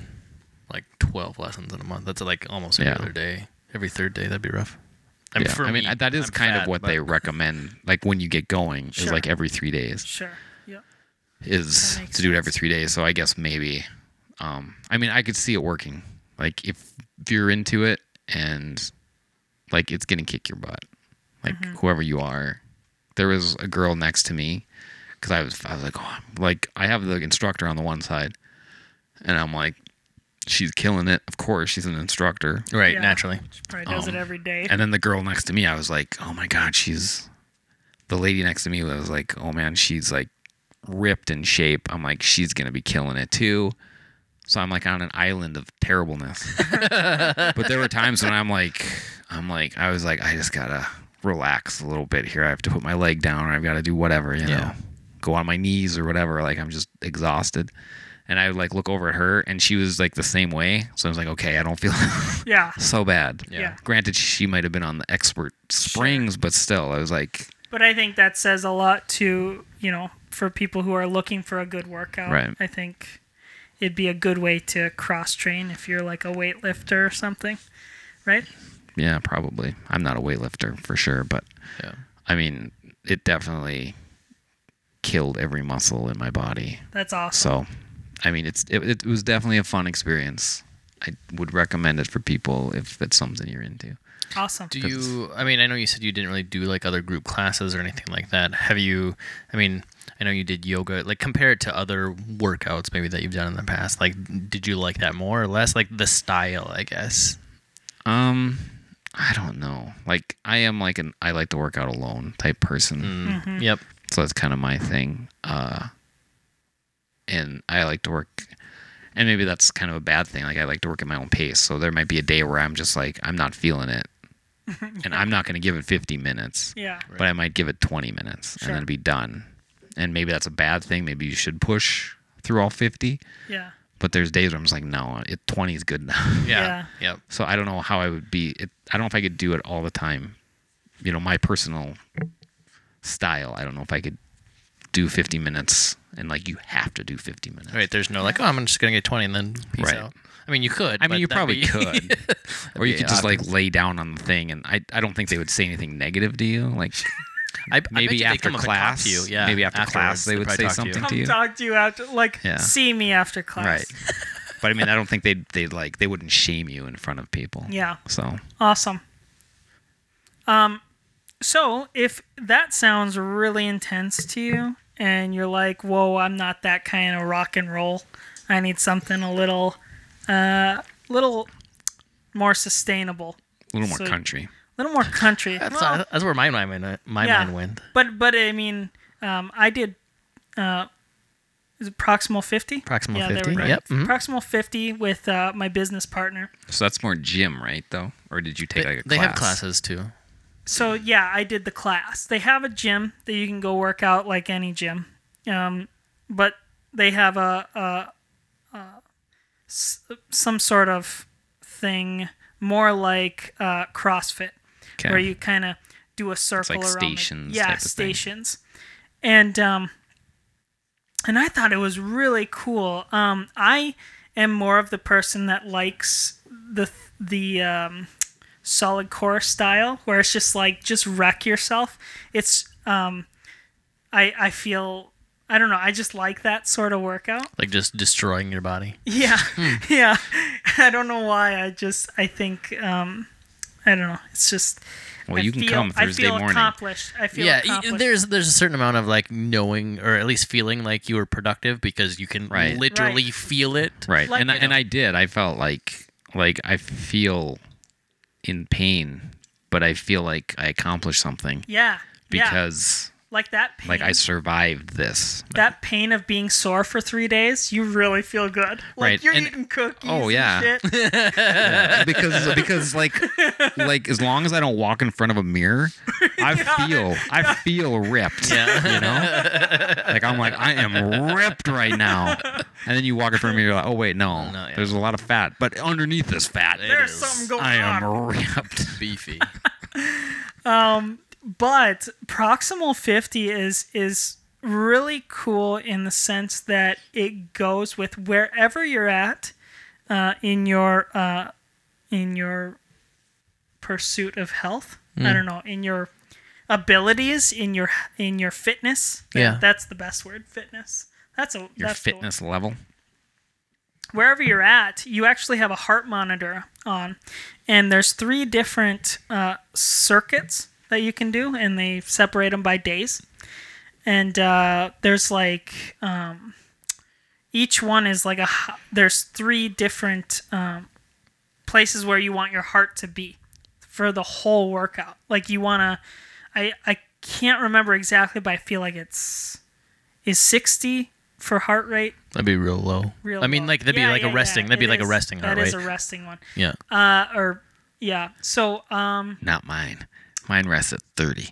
S3: like twelve lessons in a month. That's like almost every
S2: Yeah.
S3: other day, every third day. That'd be rough. I
S2: yeah. I mean, that is kind of what they recommend. Like when you get going, is
S1: Sure.
S2: like every three days
S1: Sure. Yeah.
S2: is
S1: That makes
S2: to do it every
S1: sense.
S2: three days. So I guess maybe, um, I mean, I could see it working. Like if, if you're into it and like it's gonna kick your butt, like
S1: Mm-hmm.
S2: whoever you are. There was a girl next to me because I was I was like, oh, I'm-" like I have the instructor on the one side, and I'm like, she's killing it. Of course, she's an instructor.
S3: right
S1: Yeah.
S3: naturally.
S1: She probably does it every day.
S2: Um, And then the girl next to me, I was like, oh my God, she's. The lady next to me was like, oh man, she's like ripped in shape. I'm like, she's gonna be killing it too. So I'm like on an island of terribleness. but there were times when I'm like, I'm like, I was like, I just gotta relax a little bit here. I have to put my leg down, or I've got to do whatever, you know,
S3: Yeah.
S2: go on my knees or whatever. Like I'm just exhausted. And I would like look over at her, and she was like the same way. So I was like, okay, I don't feel
S1: Yeah.
S2: so bad.
S1: Yeah.
S2: Granted, she might have been on the expert springs, but still, I was like,
S1: But I think that says a lot to, you know, for people who are looking for a good workout.
S2: Right.
S1: I think it'd be a good way to cross train if you're like a weightlifter or something, right?
S2: yeah, probably. I'm not a weightlifter for sure, but
S3: Yeah.
S2: I mean, it definitely killed every muscle in my body.
S1: That's awesome.
S2: So, I mean, it's it, it was definitely a fun experience. I would recommend it for people if it's something you're into.
S1: Awesome.
S3: Do you? I mean, I know you said you didn't really do like other group classes or anything like that. Have you? I mean, I know you did yoga. Like, compare it to other workouts maybe that you've done in the past. Like, did you like that more or less? Like the style, I guess.
S2: Um, I don't know. Like, I am like an I like to work out alone type person.
S3: Mm. Yep.
S2: so that's kind of my thing uh and i like to work and maybe that's kind of a bad thing like i like to work at my own pace so there might be a day where i'm just like i'm not feeling it and i'm not going to give it 50 minutes
S1: yeah.
S2: but i might give it 20 minutes
S1: Sure.
S2: and then be done and maybe that's a bad thing maybe you should push through all 50
S1: Yeah.
S2: but there's days where i'm just like no it 20 is good enough
S1: Yeah.
S3: Yeah. Yep.
S2: so I don't know how I would be. It, I don't know if I could do it all the time. You know, my personal style. I don't know if I could do 50 minutes and like you have to do 50 minutes.
S3: Right. There's no like, oh, I'm just gonna get 20 and then peace
S2: Right.
S3: out. I mean, you could.
S2: I mean,
S3: but
S2: you
S3: that'd
S2: probably
S3: be-
S2: could, or you
S3: be
S2: could just
S3: odd.
S2: like lay down on the thing, and I, I don't think they would say anything negative to you. Like
S3: I, I bet you
S2: maybe
S3: they
S2: after
S3: come up and talk
S2: class,
S3: to you. Yeah.
S2: maybe after
S3: afterwards,
S2: class they
S3: they'd
S2: would
S3: probably
S2: say
S3: talk to you.
S2: something
S1: Come
S2: to you.
S1: talk to you after, like,
S2: Yeah.
S1: see me after class.
S2: right? But I mean, I don't think they they like they wouldn't shame you in front of people.
S1: Yeah.
S2: So
S1: Awesome. Um, so if that sounds really intense to you and you're like, whoa, I'm not that kind of rock and roll. I need something a little, uh, little more sustainable,
S2: a little more
S1: So-
S2: country.
S1: a little more country.
S3: That's,
S1: Well,
S3: that's where my mind went. uh, My
S1: Yeah.
S3: mind went.
S1: but, but I mean, um, I did, uh, is it Proximal 50?
S3: Proximal
S1: yeah,
S3: 50,
S1: There we go.
S3: yep, mhm.
S1: Proximal 50 with uh, my business partner.
S2: So that's more gym, right? Though, or did you take
S3: They,
S2: like a
S3: they
S2: class?
S3: have classes too.
S1: So yeah, I did the class. They have a gym that you can go work out like any gym, um, but they have a, a, a s- some sort of thing more like uh, CrossFit,
S2: Okay.
S1: where you kind of do a circle around. the-
S2: stations
S1: yeah,
S2: type of thing.
S1: stations, and um, and I thought it was really cool. Um, I am more of the person that likes the the um, solid core style, where it's just like just wreck yourself. It's um, I I feel I don't know. I just like that sort of workout.
S3: Like just destroying your body.
S1: Yeah, yeah. I don't know why. I just I think um, I don't know. It's just.
S2: Well,
S1: I
S2: you can
S1: feel-
S2: come Thursday
S1: I feel
S2: morning.
S1: accomplished. I feel
S3: yeah, y-
S1: accomplished.
S3: there's there's a certain amount of like knowing or at least feeling like you were productive because you can
S2: Right.
S3: literally
S1: Right.
S3: feel it.
S2: Right.
S1: Like,
S2: and I,
S1: you
S2: and
S1: know-
S2: I did. I felt like like I feel in pain, but I feel like I accomplished something
S1: yeah, yeah.
S2: because
S1: Like that pain.
S2: like I survived this.
S1: that pain of being sore for three days, you really feel good. Like
S2: Right,
S1: you're
S2: and-
S1: eating cookies.
S2: oh,
S1: and
S2: yeah.
S1: shit.
S2: because because like like as long as I don't walk in front of a mirror, I feel I feel ripped.
S3: Yeah.
S2: You know? Like I'm like, I am ripped right now. And then you walk in front of me, you're like, oh wait, no.
S3: No, yeah.
S2: There's a lot of fat. But underneath this fat,
S1: There's
S3: is.
S1: something going
S2: I am
S1: on.
S2: ripped.
S3: Beefy.
S1: But proximal 50 is is really cool in the sense that it goes with wherever you're at uh, in your uh, in your pursuit of health. I don't know in your abilities in your in your fitness.
S3: Yeah.
S1: that's the best word. Fitness. That's a
S2: Your
S1: that's the word.
S2: fitness level.
S1: wherever you're at, you actually have a heart monitor on, and there's three different uh, circuits that you can do, and they separate them by days. And uh, there's like um, each one is like a h- there's three different um, places where you want your heart to be for the whole workout. Like you wanna, I I can't remember exactly, but I feel like it's is 60 for heart rate
S3: That'd be real low.
S1: real
S3: I mean,
S1: low.
S3: like that'd
S1: Yeah,
S3: be like
S1: yeah,
S3: a resting.
S1: yeah,
S3: That'd be
S1: it
S3: like
S1: is.
S3: a resting heart
S1: That
S3: rate.
S1: is a resting one.
S3: yeah.
S1: Uh, or yeah. So um,
S2: Not mine. Mine rests at 30.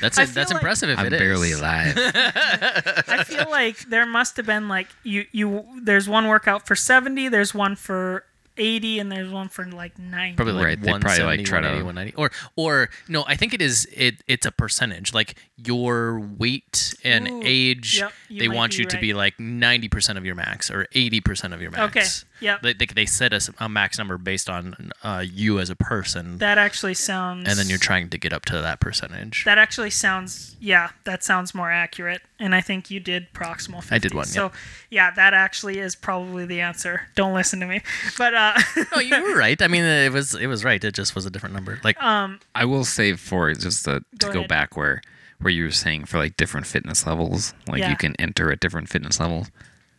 S3: That's
S1: I
S3: it.
S1: feel
S3: that's
S1: like-
S3: impressive if
S2: I'm
S3: it is.
S2: barely alive.
S1: I feel like there must have been like you you. There's one workout for 70. There's one for 80, and there's one for like 90.
S3: Probably like
S2: Right, they probably,
S3: 170,
S2: like, try to-
S3: 180, 190. Or or no, I think it is it it's a percentage. Like your weight and
S1: Ooh,
S3: age
S1: yep, you
S3: they
S1: might
S3: want
S1: be
S3: you to be like 90% of your max or 80% of your max.
S1: Okay, yep.
S3: They, they, they set us a max number based on uh, you as a person
S1: that actually sounds.
S3: and then you're trying to get up to that percentage.
S1: That actually sounds, yeah, that sounds more accurate. And I think you did proximal 50.
S3: I did one, yeah.
S1: So, yeah, that actually is probably the answer. Don't listen to me. But uh,
S3: no, you were right. I mean, it was it was right. It just was a different number. Like
S1: Um,
S2: I will save for it just to,
S1: Go
S2: to go
S1: ahead.
S2: back where where you were saying for like different fitness levels, like
S1: Yeah.
S2: you can enter at different fitness levels.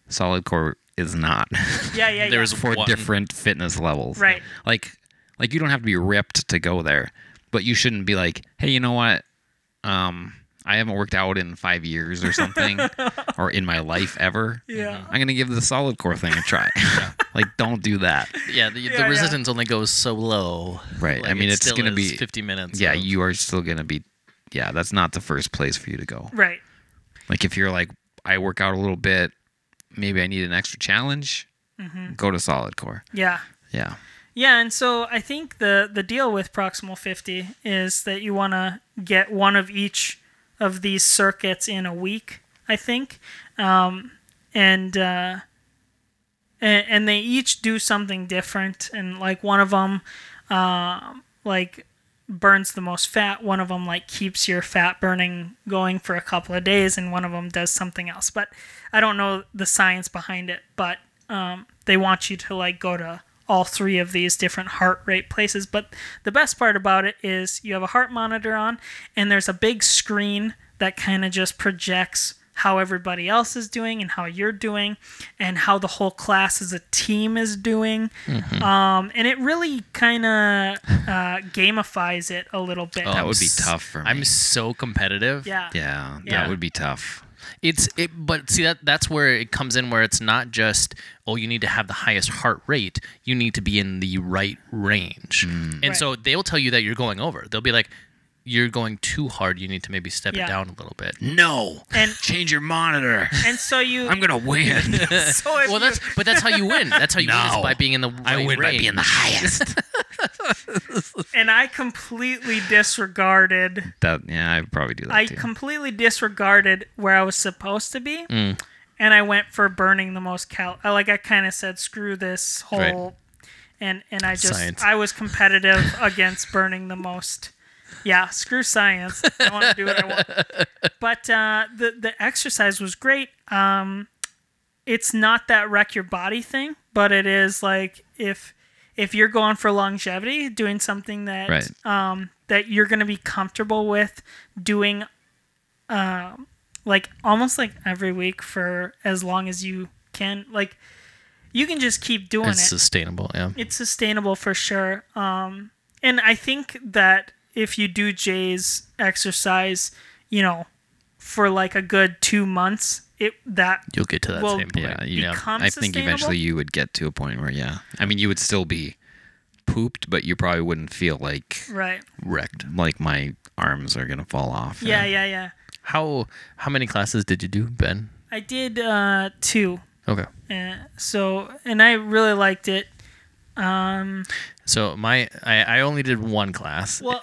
S2: Solid core is not
S1: yeah, yeah,
S3: there
S1: yeah.
S3: was
S2: for
S3: one-
S2: different fitness levels.
S1: Right.
S2: Like like you don't have to be ripped to go there, but you shouldn't be like, "Hey, you know what? Um I haven't worked out in 5 years or something or in my life ever.
S1: Yeah.
S2: I'm going to give the solid core thing a try." like don't do that.
S3: Yeah, the,
S1: yeah.
S3: the resistance only goes so low.
S2: Right, I
S3: Like,
S2: mean,
S3: it
S2: it's
S3: still
S2: gonna
S3: is
S2: be-
S3: 50 minutes.
S2: Yeah,
S3: of-
S2: you are still going to be yeah, that's not the first place for you to go.
S1: Right.
S2: Like if you're like, I work out a little bit, maybe I need an extra challenge. Go to solid core.
S1: Yeah.
S2: Yeah.
S1: Yeah, and so I think the the deal with proximal 50 is that you want to get one of each of these circuits in a week, I think. Um and uh and, and they each do something different and like one of them um like burns the most fat, one of them like keeps your fat burning going for a couple of days and one of them does something else. But I don't know the science behind it, but they want you to like go to all three of these different heart rate places but the best part about it is you have a heart monitor on and there's a big screen that kind of just projects how everybody else is doing and how you're doing and how the whole class as a team is doing um, and it really kind of uh, gamifies it a little bit
S2: That
S3: I'm
S2: would be
S3: s-
S2: tough for me.
S3: I'm so competitive.
S1: yeah
S2: Oh, Yeah.
S1: Yeah.
S2: That would be tough.
S3: It's it, but see that that's where it comes in where it's not just oh you need to have the highest heart rate you need to be in the right range and
S1: Right.
S3: so they'll tell you that you're going over they'll be like you're going too hard you need to maybe step
S1: Yeah.
S3: it down a little bit
S2: No.
S1: And-
S2: change your monitor.
S1: and so you
S2: I'm gonna win.
S1: so if
S3: well
S1: you-
S3: that's but that's how you win that's how you win
S2: No.
S3: is by being in the right
S2: I win
S3: range.
S2: by being the highest.
S1: and i completely disregarded
S2: that yeah, I'd probably do that
S1: I
S2: too.
S1: completely disregarded where I was supposed to be,
S3: Mm.
S1: and I went for burning the most cal. I- Like I kind of said, screw this whole,
S3: Right.
S1: and and I just
S3: Science.
S1: I was competitive against burning the most. Yeah, screw science. I want to do what I want. But uh, the the exercise was great. Um, it's not that wreck your body thing, but it is like if if you're going for longevity, doing something that um,
S2: Right.
S1: that you're going to be comfortable with doing um like almost like every week for as long as you can like you can just keep doing
S3: it's
S1: it
S3: sustainable yeah
S1: it's sustainable for sure um and i think that if you do jay's exercise you know for like a good 2 months it that
S3: you'll get to that
S1: Well,
S3: same point
S2: yeah, you
S1: become
S2: I think
S1: sustainable?
S2: eventually you would get to a point where yeah. I mean you would still be pooped, but you probably wouldn't feel like
S1: right
S3: wrecked
S2: like my arms are gonna fall off.
S1: yeah yeah yeah
S3: how how many classes did you do ben
S1: i did uh 2
S3: okay
S1: uh, so and i really liked it
S3: so my i, I only did one class
S1: well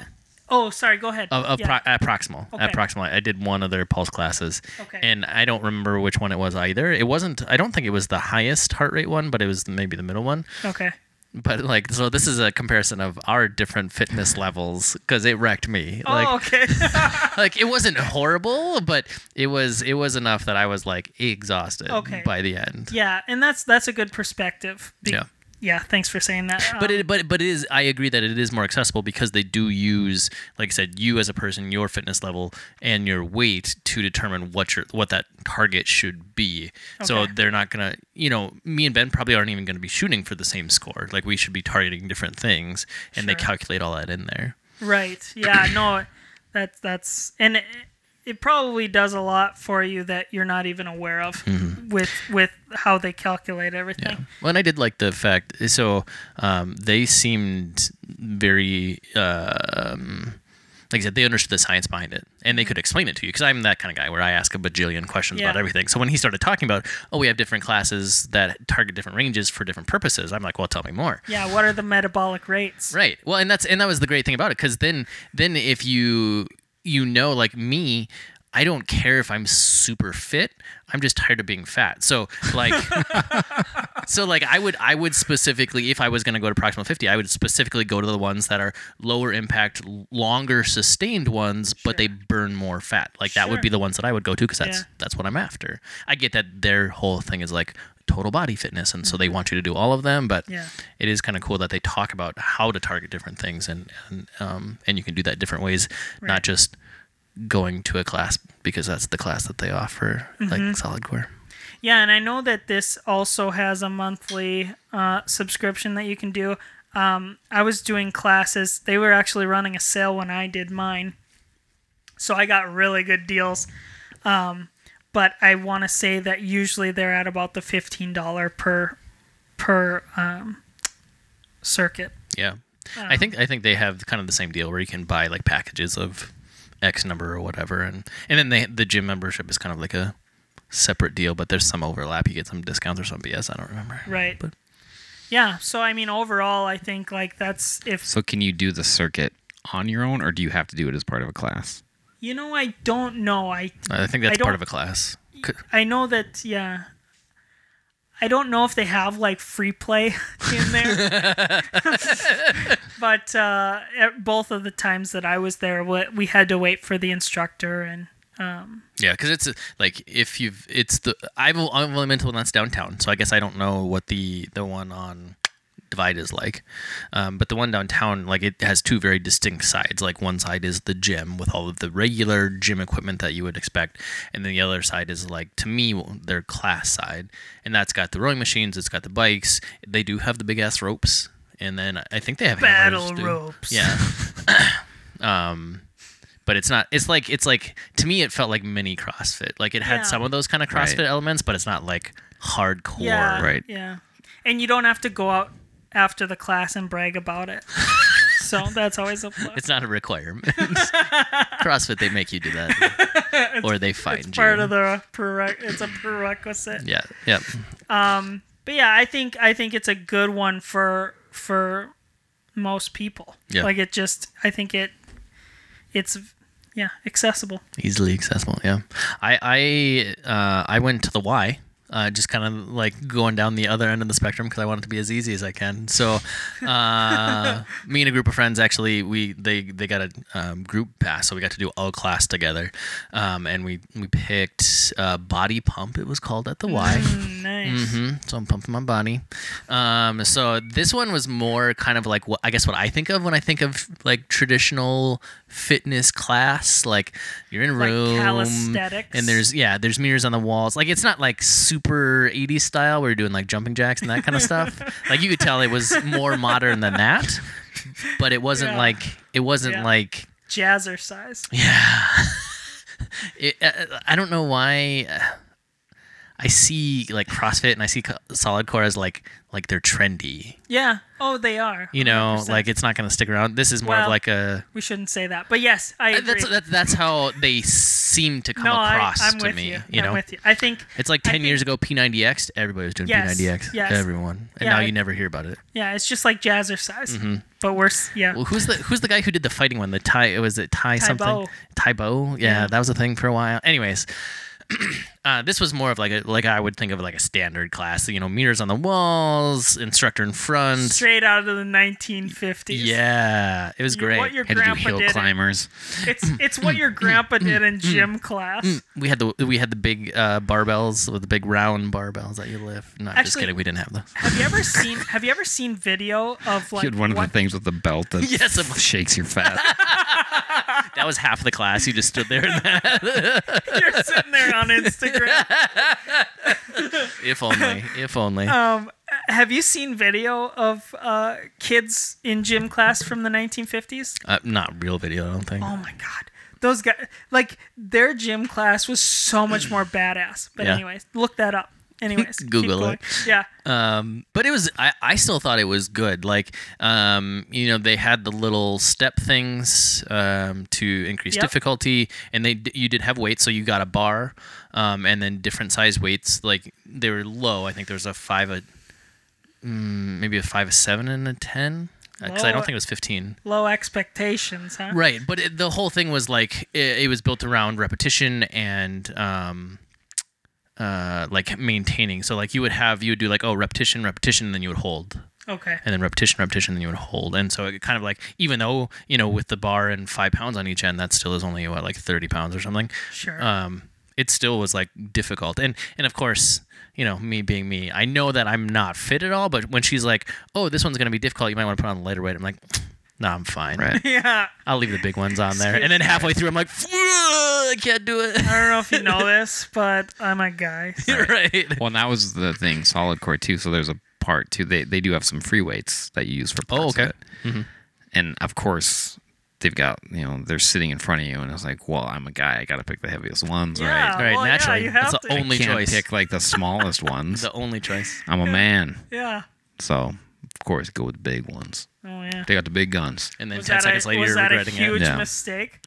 S1: oh sorry go ahead
S3: Of, of
S1: Yeah.
S3: pro- at Proximal.
S1: Okay.
S3: At Proximal, I did one of their pulse classes.
S1: Okay.
S3: And I don't remember which one it was either. It wasn't, I don't think it was the highest heart rate one, but it was maybe the middle one.
S1: okay
S3: But like, so this is a comparison of our different fitness levels because it wrecked me. like,
S1: oh okay
S3: like it wasn't horrible, but it was, it was enough that I was like exhausted
S1: Okay.
S3: by the end.
S1: Yeah, and that's that's a good perspective. Be-
S3: Yeah.
S1: Yeah, thanks for saying that.
S3: But
S1: Um,
S3: it, but but it is. I agree that it is more accessible because they do use, like I said, you as a person, your fitness level and your weight to determine what your what that target should be. So
S1: Okay.
S3: they're not gonna, you know, me and Ben probably aren't even gonna be shooting for the same score. Like we should be targeting different things, and they
S1: Sure. Um,
S3: calculate all that in there.
S1: right. Yeah, no, that's that's and it probably does a lot for you that you're not even aware of
S3: Mm-hmm.
S1: with with how they calculate everything.
S3: Well, and I did like the fact. So um, they seemed very, uh, um, like I said, they understood the science behind it, and they could explain it to you. Because I'm that kind of guy where I ask a bajillion questions about
S1: Yeah.
S3: everything. So when he started talking about, oh, we have different classes that target different ranges for different purposes, I'm like, well, tell me more.
S1: Yeah, what are the metabolic rates?
S3: Right. Well, and that's and that was the great thing about it because then then if you you know like me. I don't care if I'm super fit. I'm just tired of being fat. So like, so like I would I would specifically if I was going to go to proximal 50, I would specifically go to the ones that are lower impact, l- longer sustained ones, but they burn more fat. Like that would
S1: Sure.
S3: be the ones that I would go to because that's
S1: Yeah.
S3: that's what I'm after. I get that their whole thing is like total body fitness, and so they
S1: Mm-hmm.
S3: want you to do all of them. But
S1: Yeah.
S3: it is kind of cool that they talk about how to target different things, and and um, and you can do that different ways, not
S1: Right.
S3: just going to a class because that's the class that they offer,
S1: Mm-hmm.
S3: like solid core.
S1: Yeah, and I know that this also has a monthly uh, subscription that you can do. Um, I was doing classes. They were actually running a sale when I did mine. So I got really good deals. Um, but I want to say that usually they're at about the $15 per per um, circuit.
S3: Yeah, I think I think they have kind of the same deal where you can buy like packages of X number or whatever, and and then they, the gym membership is kind of like a separate deal, but there's some overlap. You get some discounts or some BS. I don't remember.
S1: Right.
S3: But
S1: Yeah, so I mean overall I think like that's if
S2: So can you do the circuit on your own, or do you have to do it as part of a class?
S1: you know I don't know. I
S3: I think
S1: I
S3: that's
S1: don't-
S3: part of a class. C-
S1: I know that yeah. I don't know if they have like free play in there, but uh, at both of the times that I was there, we we had to wait for the instructor, and
S3: Yeah, because it's uh, like if you've it's the I've o- I've only been to the one that's downtown, so I guess I don't know what the the one on Divide is like, um, but the one downtown like it has two very distinct sides. Like one side is the gym with all of the regular gym equipment that you would expect, and then the other side is like to me their class side, and that's got the rowing machines, it's got the bikes. They do have the big ass ropes, and then I think they have hammers,
S1: Battle
S3: too.
S1: ropes.
S3: Yeah. um but it's not it's like it's like to me it felt like mini crossfit like it had
S1: Yeah.
S3: some of those kind of crossfit
S2: Right.
S3: elements but it's not like hardcore
S1: yeah,
S2: Right.
S1: yeah, and you don't have to go out after the class and brag about it. so that's always a plus.
S3: it's not a requirement crossfit they make you do that or they find you
S1: Part of the prere- it's a prerequisite.
S3: yeah yeah
S1: But yeah, I think I think it's a good one for for most people.
S3: Yeah.
S1: Like it just I think it it's yeah, accessible.
S3: easily accessible yeah i i uh i went to the y uh, just kind of like going down the other end of the spectrum because I want it to be as easy as I can. So, uh, me and a group of friends actually we they they got a um, group pass, so we got to do all class together, um, and we we picked uh, body pump. It was called at the Y.
S1: Mm. Nice.
S3: hmm So I'm pumping my body. Um, so this one was more kind of like what I guess what I think of when I think of like traditional fitness class. Like you're in a
S1: Like
S3: room,
S1: calisthenics.
S3: and there's yeah, there's mirrors on the walls. Like it's not like super 80s style where you're doing like jumping jacks and that kind of stuff. like you could tell it was more modern than that, but it wasn't
S1: Yeah.
S3: like it wasn't
S1: Yeah.
S3: like
S1: Jazzer size.
S3: it, uh, I don't know why. uh, I see like CrossFit and I see co- solid core as like like they're trendy.
S1: Yeah. Oh, they are.
S3: You know,
S1: 100%.
S3: like it's not going to stick around. This is more of
S1: Well,
S3: like a
S1: we shouldn't say that. But yes, I agree.
S3: that's that, that's how they seem to come
S1: no,
S3: across
S1: I, I'm
S3: to
S1: with
S3: me.
S1: you.
S3: You,
S1: I'm
S3: know,
S1: with you. I think
S3: it's like
S1: I
S3: ten years ago, P90X. Everybody was doing
S1: Yes,
S3: P90X.
S1: yes.
S3: Everyone, and
S1: Yeah,
S3: now
S1: I-
S3: you never hear about it.
S1: yeah, it's just like jazzer size. But worse, yeah.
S3: Mm-hmm. Well, who's the who's the guy who did the fighting one? The Ty was it Ty,
S1: Ty
S3: something?
S1: Bo.
S3: Ty Bo. Yeah, that was a thing for a while. Anyways, uh, this was more of like a like I would think of like a standard class. You know, mirrors on the walls, instructor in front.
S1: Straight out of the 1950s.
S3: yeah, it was
S1: You- what
S3: great.
S1: your
S2: Had to do
S1: grandpa
S2: hill
S1: did.
S2: climbers.
S1: It's it's what your grandpa did in gym class.
S3: we had the we had the big uh, barbells with the big round barbells that you lift. No, just
S1: Actually-
S3: kidding. We didn't have those.
S1: Have you ever seen Have you ever seen video of like
S2: you had one of
S1: what-
S2: the things with the belt that
S3: Yes, I'm-
S2: shakes your fat.
S3: That was half the class. You just stood there. And that,
S1: You're sitting there on Instagram.
S3: if only. If only.
S1: Um, have you seen video of uh, kids in gym class from the 1950s?
S3: Uh, not real video. I don't think.
S1: Oh my god, Those guys, like their gym class was so much more badass. But
S3: Yeah.
S1: anyways, look that up. Anyways, keep
S3: Google
S1: going.
S3: it.
S1: Yeah,
S3: Um, but it was I, I still thought it was good. Like um, you know, they had the little step things um, to increase
S1: Yep.
S3: difficulty, and they d- you did have weights, so you got a bar, um, and then different size weights. Like they were low. I think there was a five a mm, maybe a five a seven and a ten. Because I
S1: Low.
S3: don't think it was fifteen.
S1: low expectations, huh?
S3: Right, but it, the whole thing was like it, it was built around repetition and um, uh, like maintaining. So like you would have you would do like oh repetition, repetition, and then you would hold,
S1: Okay.
S3: and then repetition, repetition, and then you would hold. And so it kind of like even though you know with the bar and five pounds on each end, that still is only what like thirty pounds or something.
S1: Sure.
S3: Um, it still was like difficult, and and of course. You know, me being me, I know that I'm not fit at all. But when she's like, "Oh, this one's gonna be difficult. You might want to put on lighter weight," I'm like, "Nah, I'm fine."
S2: Right.
S1: yeah.
S3: I'll leave the big ones on there. And then halfway through, I'm like, "Ugh, I can't do it.
S1: I don't know if you know this, but I'm a guy.
S3: right.
S2: Well, and that was the thing, solid core too. So there's a part too. They they do have some free weights that you use for parts
S3: Oh, okay.
S2: of it. And of course, they've got you know they're sitting in front of you, and it's like, well, I'm a guy, I got to pick the heaviest ones,
S1: Yeah.
S2: right?
S3: All right,
S1: Well, yeah,
S3: naturally.
S1: you have
S3: That's
S1: to.
S3: the
S1: I
S2: Only
S3: only
S2: can't
S3: choice.
S2: pick like the smallest ones.
S3: The only choice.
S2: I'm a man,
S1: Yeah.
S2: so of course go with the big ones.
S1: Oh yeah.
S2: They got the big guns.
S3: And then
S1: Was
S3: 10
S1: that,
S3: seconds
S1: a,
S3: later,
S1: was
S3: you're
S1: that a
S3: regretting
S1: huge
S3: it.
S2: Yeah.
S1: mistake?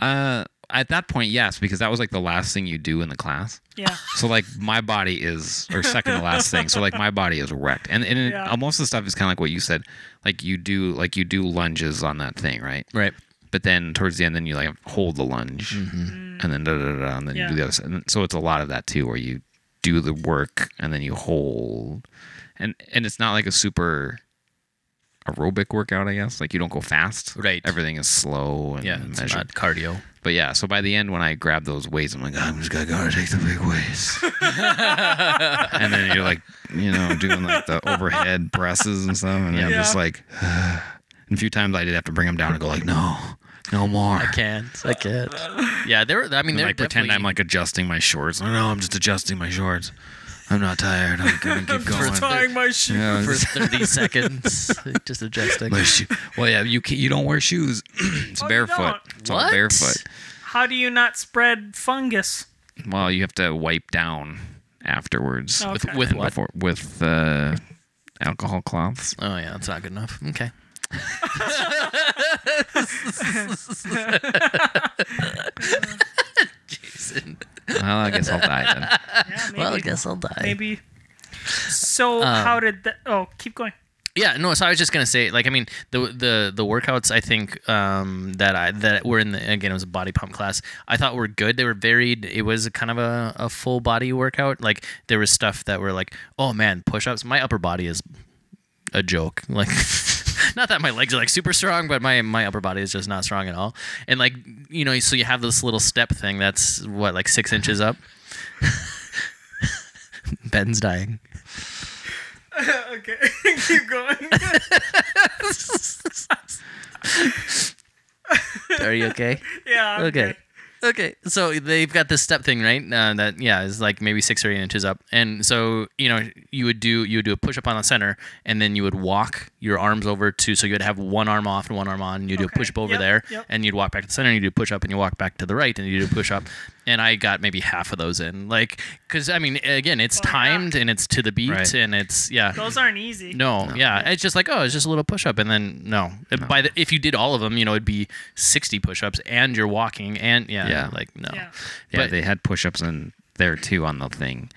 S2: Uh, at that point, yes, because that was like the last thing you do in the class.
S1: Yeah.
S2: So like my body is, or second to last thing. So like my body is wrecked, and and it-
S1: Yeah.
S2: most of the stuff is kind of like what you said. Like you do, like you do lunges on that thing, right?
S3: Right.
S2: But then towards the end, then you like hold the lunge,
S3: Mm-hmm.
S2: and then da da da, da, and then
S1: Yeah.
S2: you do the other. side. And so it's a lot of that too, where you do the work and then you hold, and and it's not like a super aerobic workout, I guess. Like you don't go fast.
S3: Right.
S2: Everything is slow and
S3: Yeah, it's
S2: measured.
S3: not cardio.
S2: But yeah, so by the end, when I grabbed those weights, I'm like, I'm just gonna gotta take the big weights. and then you're like, you know, doing like the overhead presses and stuff, and
S1: Yeah.
S2: I'm just like, and a few times I did have to bring them down and go like, no, no more.
S3: I can't. I can't. Yeah, there were, I mean,
S2: And
S3: there
S2: like pretend I'm like adjusting my shorts. No, no, I'm just adjusting my shorts. I'm not tired. I'm gonna keep going.
S1: Tying my shoe.
S2: Yeah,
S3: for
S2: just-
S3: 30 seconds, just adjusting.
S2: my shoe- Well, yeah, you can, you don't wear shoes. it's
S1: Oh, you
S2: barefoot.
S1: don't?
S2: It's all barefoot.
S1: How do you not spread fungus?
S2: Well, you have to wipe down afterwards.
S1: Oh,
S3: With,
S1: Okay.
S3: with
S2: and
S3: what?
S2: before- with uh, alcohol cloths.
S3: Oh, yeah, that's not good enough. Okay. Jason.
S2: Well, I guess I'll die then.
S1: Yeah, maybe.
S3: Well, I guess I'll die.
S1: maybe. So how did that? Oh, keep going.
S3: Yeah, no. So I was just gonna say, like, I mean, the the the workouts I think um, that I that were in the again it was a body pump class. I thought were good. They were varied. It was a kind of a, a full body workout. Like there was stuff that were like, oh man, push ups. My upper body is a joke. Like, not that my legs are like super strong, but my my upper body is just not strong at all. And like, you know, so you have this little step thing that's what like six inches up. Ben's dying.
S1: okay, keep going.
S3: Are you okay?
S1: yeah.
S3: okay. Okay, so they've got this step thing, right? Uh, that yeah is like maybe six or eight inches up, and so you know you would do you would do a push up on the center, and then you would walk your arms over to so you would have one arm off and one arm on, and you do
S1: Okay,
S3: a push up over
S1: yep,
S3: there,
S1: yep.
S3: and you'd walk back to the center, and you do a push up, and you walk back to the right, and you do a push up, and I got maybe half of those in, like because I mean again it's
S1: Well, yeah.
S3: timed and it's to the beat
S2: Right.
S3: and it's yeah
S1: Those aren't easy.
S3: no, yeah, it's just like oh, it's just a little push up, and then no. By the if you did all of them, you know, it'd be sixty push ups, and you're walking, and yeah,
S2: Yeah.
S3: like no,
S1: Yeah.
S2: Yeah,
S3: But-
S2: they had push-ups in there too on the thing,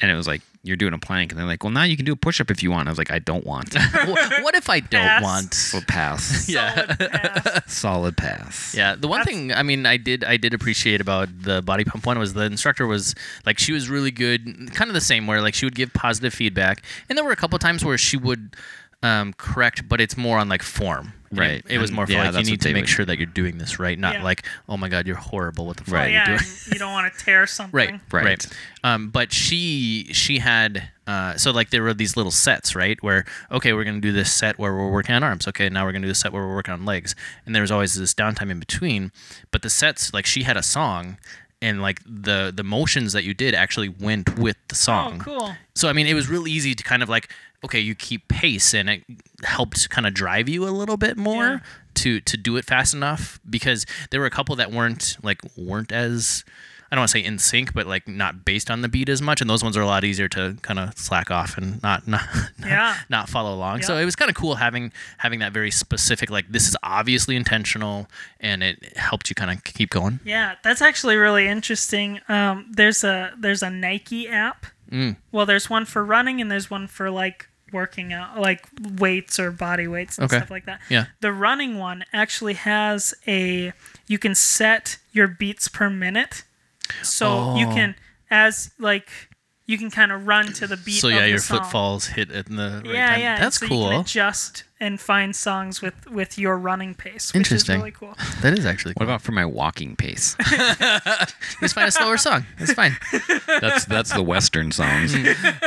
S2: and it was like you're doing a plank, and they're like, well, now you can do a push-up if you want. I was like, I don't want.
S3: Wha- what, if I don't
S1: Pass.
S3: want?
S2: Well, pass.
S1: Solid pass.
S2: Solid pass.
S3: Yeah, the one thing I mean, I did I did appreciate about the body pump one was the instructor was like she was really good, kind of the same where like she would give positive feedback, and there were a couple times where she would um, correct, but it's more on like form. And it-
S2: Right.
S3: It, was
S2: And,
S3: more for
S2: yeah,
S3: like you
S2: that's
S3: need
S2: what
S3: to
S2: they
S3: make
S2: would-
S3: sure that you're doing this right, not
S1: Yeah.
S3: like oh my god, you're horrible. What the fuck
S2: Right.
S3: are you
S1: yeah,
S3: doing?
S1: and you don't want to tear something.
S3: right
S2: Right.
S3: right, Um, but she she had uh, so like there were these little sets right where okay we're gonna do this set where we're working on arms okay now we're gonna do this set where we're working on legs and there was always this downtime in between but the sets like she had a song and like the the motions that you did actually went with the
S1: Oh,
S3: song
S1: cool.
S3: so I mean, it was really easy to kind of like, okay, you keep pace, and it helped kind of drive you a little bit more
S1: Yeah.
S3: to to do it fast enough because there were a couple that weren't like weren't as I don't want to say in sync, but like not based on the beat as much, and those ones are a lot easier to kind of slack off and not not not,
S1: Yeah.
S3: not follow along. So
S1: Yeah.
S3: it was kind of cool having having that very specific like this is obviously intentional, and it helped you kind of keep going.
S1: Yeah, that's actually really interesting. Um, there's a there's a Nike app.
S3: Mm.
S1: Well, there's one for running and there's one for like working out, like weights or body weights and
S3: Okay.
S1: stuff like that.
S3: Yeah.
S1: The running one actually has a you can set your beats per minute, so you
S3: Oh.
S1: can as like you can kind of run to the beat.
S3: So
S1: of
S3: yeah,
S1: the
S3: your
S1: song.
S3: foot falls hit at the right
S1: Yeah,
S3: time.
S1: yeah. and
S3: That's
S1: so You can
S3: cool.
S1: adjust and find songs with with your running pace. Which
S3: Interesting.
S1: Is really cool.
S3: That is actually
S2: What
S3: cool.
S2: about for my walking pace?
S3: Just find a slower song. It's fine.
S2: That's that's the Western songs.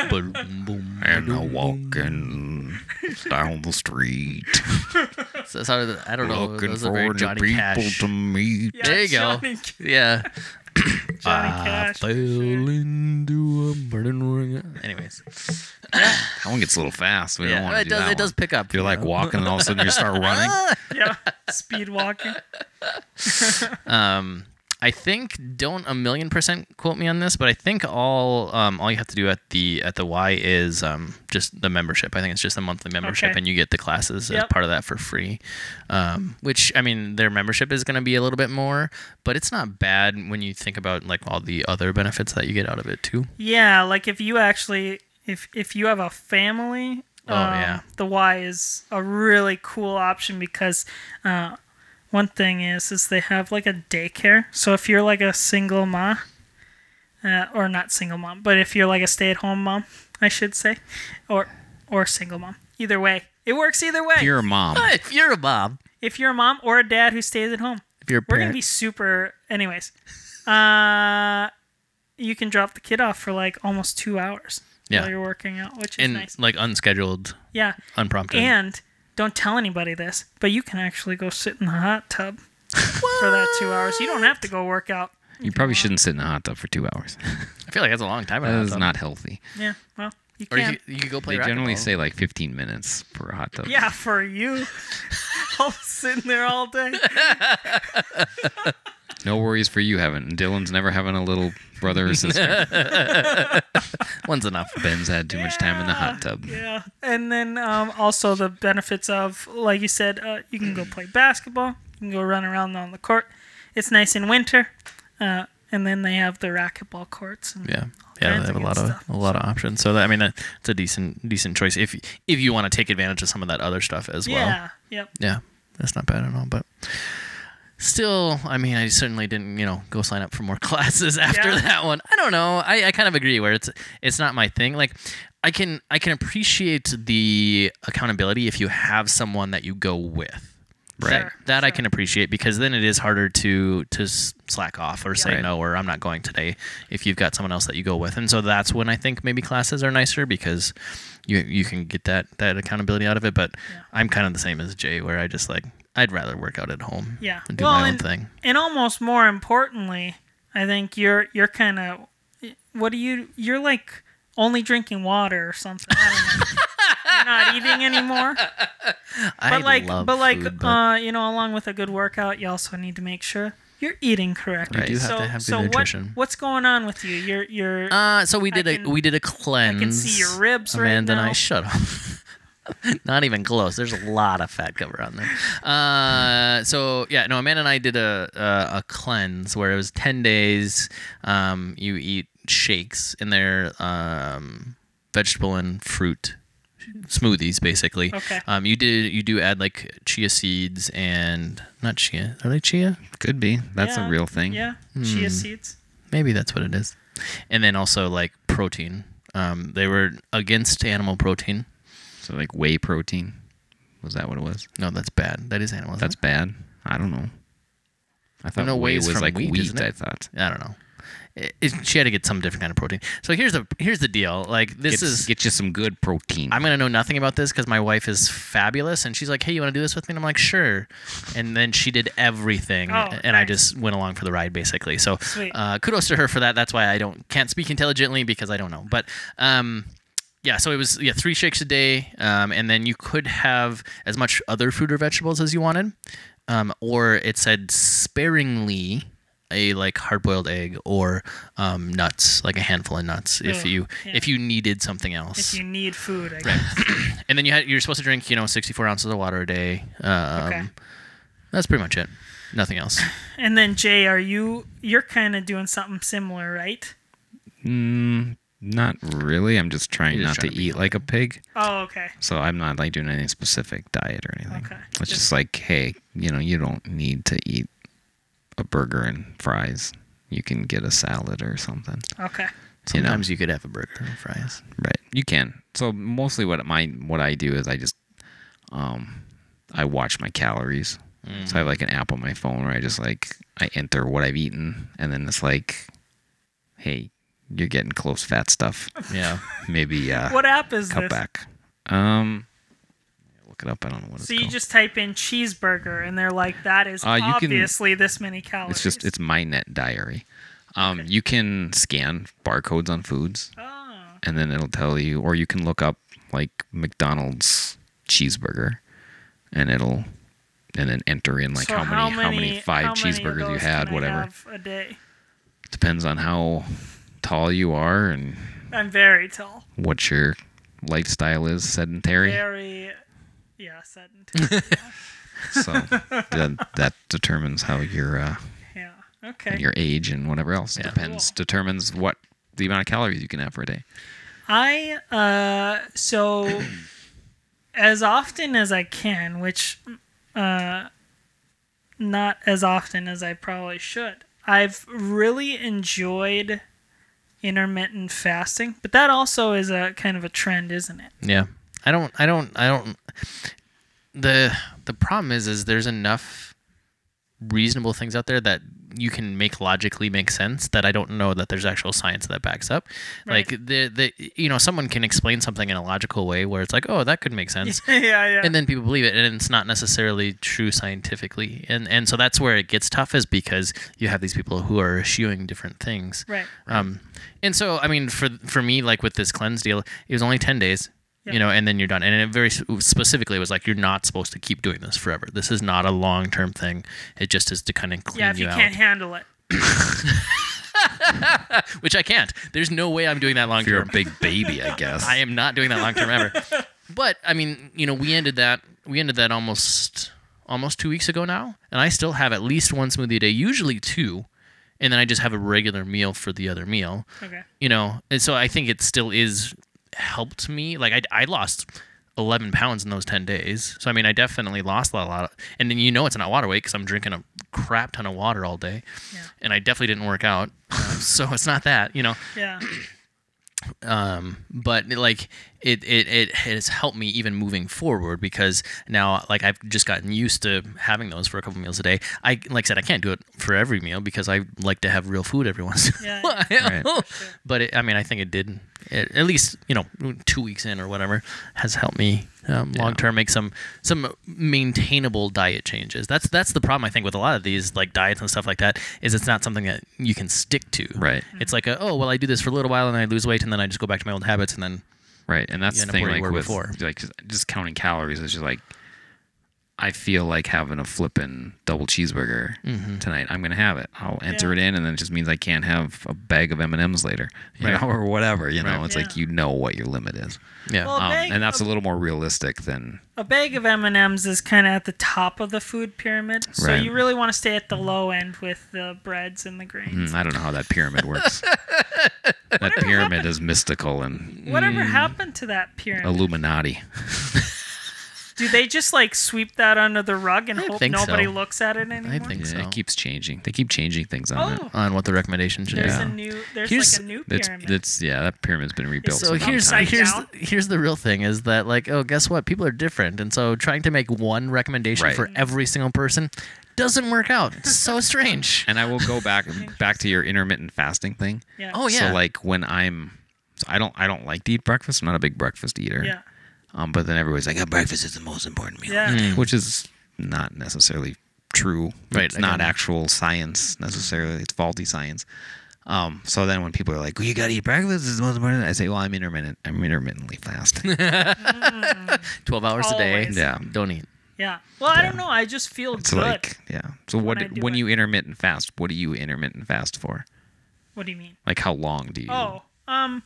S3: Boom, boom.
S2: and a walking down the street,
S3: So, that's how the- I don't know.
S2: looking
S3: Oh, Those are very
S2: for the
S3: Johnny
S2: people
S3: Cash.
S2: to meet.
S1: Yeah,
S3: there you go.
S1: Johnny,
S3: Yeah.
S1: Johnny
S3: Ah,
S1: Cash. for sure.
S3: into a burning ring. Anyways,
S2: That one gets a little fast. We don't
S3: yeah,
S2: want to
S3: it
S2: do
S3: does.
S2: that
S3: it does
S2: one.
S3: pick up.
S2: You're
S3: you
S2: like
S3: know?
S2: walking, and all of a sudden you start running.
S1: yeah, speed walking.
S3: Um, I think don't a million percent quote me on this, but I think all um, all you have to do at the at the Y is um, just the membership. I think it's just a monthly membership,
S1: Okay.
S3: and you get the classes as
S1: Yep.
S3: part of that for free. Um, which I mean, their membership is going to be a little bit more, but it's not bad when you think about like all the other benefits that you get out of it too.
S1: Yeah, like if you actually if if you have a family,
S3: Oh,
S1: um,
S3: yeah.
S1: the Y is a really cool option because uh, one thing is is they have like a daycare. So if you're like a single mom, uh, or not single mom, but if you're like a stay-at-home mom, I should say, or or single mom, either way, it works either way.
S2: You're a mom.
S3: But if you're a mom,
S1: if you're a mom or a dad who stays at home,
S3: if you're a
S1: we're gonna
S3: parent,
S1: be super. Anyways, uh, you can drop the kid off for like almost two hours
S3: Yeah.
S1: while you're working out, which is
S3: and
S1: nice.
S3: like unscheduled,
S1: Yeah,
S3: unprompted.
S1: and don't tell anybody this, but you can actually go sit in the hot tub for that two hours. You don't have to go work out.
S2: You probably shouldn't sit in a hot tub for two hours.
S3: I feel like that's a long time. in a
S2: That
S3: hot
S2: is
S3: tub.
S2: not healthy.
S1: Yeah, well, you
S3: Or you,
S1: can.
S3: could- you could go play.
S2: They generally
S3: racquetball.
S2: say like 15 minutes for a hot tub.
S1: Yeah, for you. I'm sitting there all day.
S2: No worries for you having. Dylan's never having a little brother or sister.
S3: one's enough.
S2: Ben's had too much time in the hot tub.
S1: Yeah, and then um, also the benefits of, like you said, uh, you can go play basketball, you can go run around on the court. It's nice in winter, uh, and then they have the racquetball courts. And
S3: Yeah. Yeah,
S1: kinds
S3: they
S1: of
S3: have a
S1: good
S3: lot of
S1: stuff,
S3: a lot of options. So that, I mean, that, it's a decent decent choice if if you want to take advantage of some of that other stuff as well.
S1: yeah, yep.
S3: Yeah, that's not bad at all. But still, I mean, I certainly didn't you know go sign up for more classes after
S1: Yeah.
S3: that one. I don't know. I, I kind of agree where it's it's not my thing. Like I can I can appreciate the accountability if you have someone that you go with. Right.
S1: Sure,
S3: that I
S1: sure.
S3: can appreciate because then it is harder to to s- slack off or say
S2: Right.
S3: no or I'm not going today if you've got someone else that you go with. And so that's when I think maybe classes are nicer because you you can get that that accountability out of it. But I'm kind of the same as Jay where I just like I'd rather work out at home
S1: Yeah.
S3: and do
S1: Well,
S3: my own
S1: and-
S3: thing.
S1: And almost more importantly, I think you're you're kind of, what do you? You're like only drinking water or something. I don't know. you're not eating anymore.
S3: I
S1: but like
S3: love
S1: but like
S3: food,
S1: uh you know along with a good workout you also need to make sure you're eating correctly
S3: You do have
S1: so,
S3: to have good
S1: so
S3: nutrition.
S1: What, what's going on with you you're you're
S2: Um,
S3: Uh, so we did
S1: can-
S3: a we did a cleanse.
S1: see your ribs right
S3: Amanda and
S1: now.
S3: I shut up. Not even close. There's a lot of fat cover on there. Uh, so yeah, no. Amanda and I did a a, a cleanse where it was ten days. Um, you eat shakes and they're um, vegetable and fruit smoothies basically.
S1: Okay.
S3: Um, you did you do add like chia seeds and not chia. Are they chia?
S2: Could be. That's
S1: yeah,
S2: a real thing.
S1: yeah chia
S2: hmm.
S1: seeds
S3: Maybe that's what it is. And then also like protein. Um, they were against animal protein.
S2: So like whey protein. Was that what it was?
S3: No, that's bad. That is animal.
S2: That's
S3: That's
S2: bad. I don't know. I thought
S3: know
S2: whey
S3: whey's
S2: was
S3: from
S2: like
S3: wheat,
S2: wheat.
S3: isn't it?
S2: I thought.
S3: I don't know. It, it- she had to get some different kind of protein. So here's the here's the deal. Like this
S2: Get,
S3: is
S2: get you some good protein.
S3: I'm gonna know nothing about this because my wife is fabulous and she's like, hey, you want to do this with me? And I'm like, sure. And then she did everything,
S1: Oh,
S3: and I
S1: nice.
S3: just went along for the ride basically. So
S1: Sweet.
S3: uh, kudos to her for that. That's why I don't can't speak intelligently because I don't know. But um, yeah, so it was yeah three shakes a day, um, and then you could have as much other fruit or vegetables as you wanted, um, or it said sparingly a like hard boiled egg or um, nuts, like a handful of nuts, if
S1: Oh,
S3: you
S1: yeah.
S3: if you needed something else.
S1: If you need food, I guess.
S3: and then you had you're supposed to drink you know 64 ounces of water a day. Um,
S1: Okay.
S3: That's pretty much it. Nothing else.
S1: And then Jay, are you you're kind of doing something similar, right?
S2: Mm, Not really. I'm just trying
S3: You're
S2: not
S3: just trying
S2: to,
S3: to be
S2: eat like a pig.
S1: Oh, okay.
S2: So I'm not like doing any specific diet or anything.
S1: Okay.
S2: It's just like, hey, you know, you don't need to eat a burger and fries. You can get a salad or something.
S1: Okay.
S2: You know.
S3: Sometimes you could have a burger and fries.
S2: Right. You can. So mostly what my what I do is I just um I watch my calories. So I have like an app on my phone where I just like I enter what I've eaten and then it's like hey, you're getting close fat stuff.
S3: Yeah.
S2: Maybe uh
S1: What app is
S2: cut
S1: this?
S2: back. Um look it up. I don't know what
S1: So
S2: it's
S1: you
S2: called.
S1: just type in cheeseburger, and they're like, "That is
S2: Uh, you can-
S1: obviously this many calories."
S2: It's just it's my net diary. Um, you can scan barcodes on foods,
S1: Oh,
S2: and then it'll tell you, or you can look up like McDonald's cheeseburger, and it'll and then enter in like
S1: so
S2: how, many, how many five
S1: how many of
S2: cheeseburgers you
S1: those
S2: had,
S1: can I
S2: whatever.
S1: have a day.
S2: Depends on how tall you are and
S1: I'm very tall.
S2: what your lifestyle is sedentary.
S1: Very, yeah, sedentary.
S2: So that, that determines how your uh,
S1: yeah. Okay.
S2: your age and whatever else depends determines what the amount of calories you can have for a day.
S1: I uh so as often as I can, which uh not as often as I probably should. I've really enjoyed intermittent fasting, but that also is a kind of a trend, isn't it?
S3: Yeah. I don't I don't I don't the the problem is is there's enough reasonable things out there that you can make logically make sense that I don't know that there's actual science that backs up.
S1: Right.
S3: Like the the you know someone can explain something in a logical way where it's like, "Oh, that could make sense."
S1: yeah, yeah.
S3: and then people believe it and it's not necessarily true scientifically and and so that's where it gets tough is because you have these people who are eschewing different things
S1: Right.
S3: um and so i mean for for me like with this cleanse deal it was only 10 days
S1: Yeah.
S3: you know and then you're done and it very s- specifically was like you're not supposed to keep doing this forever this is not a long-term thing it just is to kind of clean
S1: yeah, if
S3: you,
S1: you
S3: out
S1: can't handle it.
S3: which i can't there's no way i'm doing that long
S2: If you're a
S3: term
S2: big baby, I guess.
S3: I am not doing that long term ever. But I mean, you know, we ended that we ended that almost almost two weeks ago now, and I still have at least one smoothie a day, usually two, and then I just have a regular meal for the other meal.
S1: Okay.
S3: You know, and so I think it still is helped me. Like I, I lost. 11 pounds in those 10 days. So, I mean, I definitely lost a lot. Of, and then you know it's not water weight because I'm drinking a crap ton of water all day.
S1: Yeah.
S3: And I definitely didn't work out. so, it's not that, you know
S1: Yeah.
S3: um but like it, it it has helped me even moving forward because now like i've just gotten used to having those for a couple meals a day i like i said i can't do it for every meal because i like to have real food every once in
S1: Yeah,
S3: a while
S2: Right.
S3: but it, i mean i think it did it, at least you know two weeks in or whatever has helped me um, long term make some some maintainable diet changes that's that's the problem i think with a lot of these like diets and stuff like that is it's not something that you can stick to
S2: Right.
S3: it's like a, oh well, I do this for a little while and I lose weight and then I just go back to my old habits and then
S2: Right, and that's
S3: You
S2: the
S3: end
S2: thing.
S3: up where you
S2: Like
S3: were
S2: with
S3: before.
S2: like just- just counting calories, it's just like I feel like having a flippin' double cheeseburger tonight. I'm gonna have it. I'll enter it in, and then it just means I can't have a bag of M and M's later, you
S3: Right.
S2: know, or whatever. You know,
S3: Right.
S2: it's like
S1: Yeah.
S2: you know what your limit is,
S3: yeah,
S1: Well, A
S2: um,
S1: bag
S2: and that's a little more realistic than
S1: a bag of M&Ms is kind of at the top of the food pyramid, so
S2: Right.
S1: you really want to stay at the low end with the breads and the grains.
S2: Mm, I don't know how that pyramid works. that pyramid is mystical and
S1: Whatever happened to that pyramid?
S2: Illuminati.
S1: Do they just like sweep that under the rug and
S3: I
S1: hope
S3: think so.
S1: nobody looks at it anymore?
S3: think-
S2: Yeah,
S3: so.
S2: it keeps changing. They keep changing things on
S1: Oh,
S2: it.
S3: on what the recommendation should be.
S1: there's
S2: Yeah.
S1: a new there's
S3: Here's-
S1: like a new
S2: It's,
S1: pyramid.
S2: it's yeah. That pyramid's been rebuilt.
S3: So
S2: several
S3: here's
S2: times.
S1: sometimes.
S3: here's
S1: Upside
S3: here's the real thing is that like oh guess what people are different and so trying to make one recommendation
S2: Right.
S3: for every single person doesn't work out. It's so strange.
S2: and I will go back back to your intermittent fasting thing.
S1: yeah.
S3: Oh yeah.
S2: So like when I'm, so I don't I don't like to eat breakfast. I'm not a big breakfast eater.
S1: yeah.
S2: Um, but then everybody's like, oh, breakfast is the most important meal,
S1: Yeah.
S2: which is not necessarily true.
S3: Mm. Right,
S2: It's
S3: I
S2: not
S3: can-
S2: actual science necessarily. It's faulty science. Um, so then when people are like, well, you got to eat breakfast, it's the most important. I say, well, I'm intermittent. I'm intermittently fast.
S3: 12 hours a
S1: Always.
S3: day.
S2: yeah.
S3: Don't eat.
S1: Yeah. Well, I don't know. I just feel
S2: It's
S1: good.
S2: like, yeah. So
S1: When
S2: what,
S1: I do
S2: when
S1: it.
S2: you intermittent fast, what do you intermittent fast for?
S1: what do you mean?
S2: Like how long do you?
S1: Oh, um,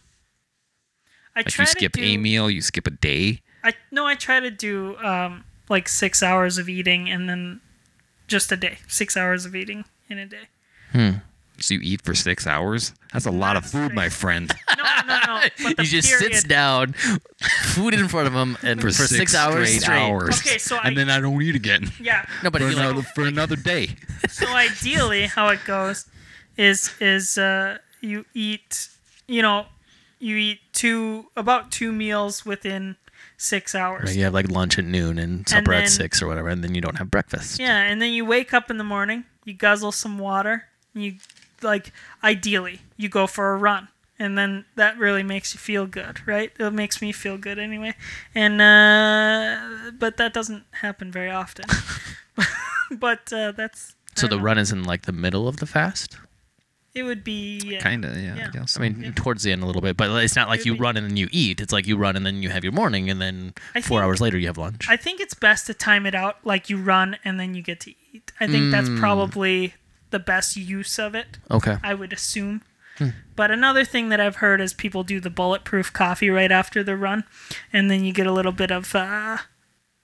S1: I
S2: like
S1: try
S2: you skip
S1: to do,
S2: a meal, you skip a day.
S1: I no, I try to do um like six hours of eating and then just a day, six hours of eating in a day.
S2: So you eat for six hours. That's a lot of food, my friend.
S1: No, no, no. But the
S3: He just
S1: period,
S3: sits down, food in front of him, and for, six, hours
S2: straight
S3: straight.
S2: hours.
S1: Okay, so I-
S2: and then I don't eat again.
S1: Yeah.
S3: No, but
S2: for
S3: if you like,
S2: another for another day.
S1: so ideally how it goes is is uh you eat you know you eat two about two meals within six hours
S3: Right, you have like lunch at noon and supper
S1: then-
S3: at six or whatever, and then you don't have breakfast.
S1: yeah and then you wake up in the morning you guzzle some water and you like ideally you go for a run and then that really makes you feel good right it makes me feel good anyway and uh but that doesn't happen very often but uh that's I
S3: So
S1: don't
S3: the
S1: know.
S3: run is in like the middle of the fast.
S1: it would be yeah.
S2: Kinda, yeah,
S1: Yeah.
S2: I guess.
S3: I mean, towards the end a little bit, but it's not like you
S1: Maybe.
S3: run and then you eat. It's like you run and then you have your morning, and then
S1: I
S3: four
S1: think-
S3: hours later you have lunch.
S1: I think it's best to time it out like you run and then you get to eat. I think that's
S3: Mm.
S1: probably the best use of it,
S3: okay.
S1: I would assume.
S3: Hmm.
S1: But another thing that I've heard is people do the bulletproof coffee right after the run, and then you get a little bit of uh,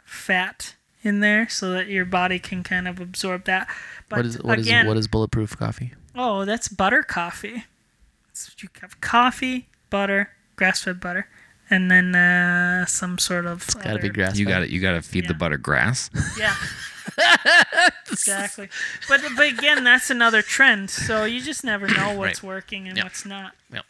S1: fat in there so that your body can kind of absorb that. But
S3: what is what is
S1: again,
S3: what is bulletproof coffee?
S1: oh, that's butter coffee. It's, you have coffee, butter, grass-fed butter, and then uh, some sort of
S3: Gotta
S1: other-
S3: be grass.
S2: you got to You got to feed the
S1: Yeah.
S2: butter grass.
S1: Yeah. exactly. But but again, that's another trend. So you just never know what's
S3: Right.
S1: working and
S3: Yeah.
S1: what's not.
S3: Yep.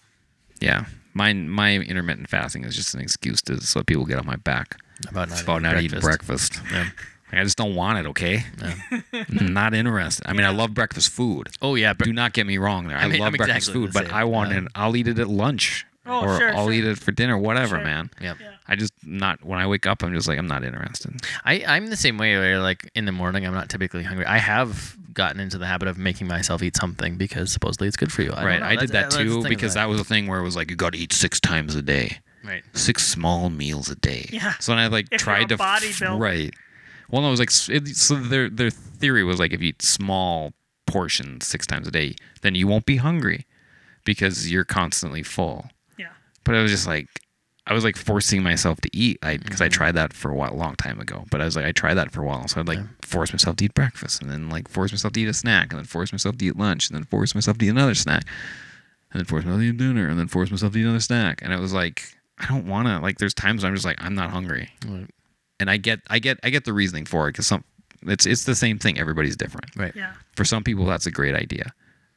S2: yeah. Mine, my intermittent fasting is just an excuse to so people get on my back
S3: About not,
S2: about
S3: eating
S2: not eating breakfast.
S3: Yeah.
S2: Like, I just don't want it. Okay. not interested. I mean, I love breakfast food.
S3: Oh yeah, bre-
S2: Do not get me wrong. There, I,
S3: mean,
S2: love
S3: I'm
S2: breakfast
S3: exactly
S2: food,
S3: the
S2: but
S3: same,
S2: I want
S3: yeah.
S2: it. I'll eat it at lunch,
S1: Oh,
S2: or
S1: sure,
S2: I'll
S1: sure.
S2: eat it for dinner, whatever,
S1: Sure.
S2: man.
S3: Yep.
S1: Yeah.
S2: I just not when I wake up. I'm just like I'm not interested.
S3: I, I'm the same way where like in the morning I'm not typically hungry. I have gotten into the habit of making myself eat something because supposedly it's good for you. I don't
S2: right.
S3: know.
S2: I did that
S3: That's- that's the
S2: too
S3: thing
S2: because
S3: about
S2: that was a thing where it was like you got to eat six times a day,
S3: it. right.
S2: six small meals a day.
S1: Yeah.
S2: So then I like
S1: If you're
S2: tried
S1: a
S2: to
S1: bodybuilder.
S2: right. Well, no, it was like s- it, so their their theory was like if you eat small portions six times a day, then you won't be hungry because you're constantly full.
S1: Yeah.
S2: But I was just like, I was like forcing myself to eat. I because I tried that for a while, long time ago. But I was like, I tried that for a while, so I'd like force myself to eat breakfast, and then like force myself to eat a snack, and then force myself to eat lunch, and then force myself to eat another snack, and then force myself to eat dinner, and then force myself to eat another snack. And it was like, I don't want to. Like, there's times when I'm just like, I'm not hungry,
S3: Right.
S2: and I get, I get, I get the reasoning for it because some, it's it's the same thing. Everybody's different
S3: Right.
S1: Yeah.
S2: for some people that's a great idea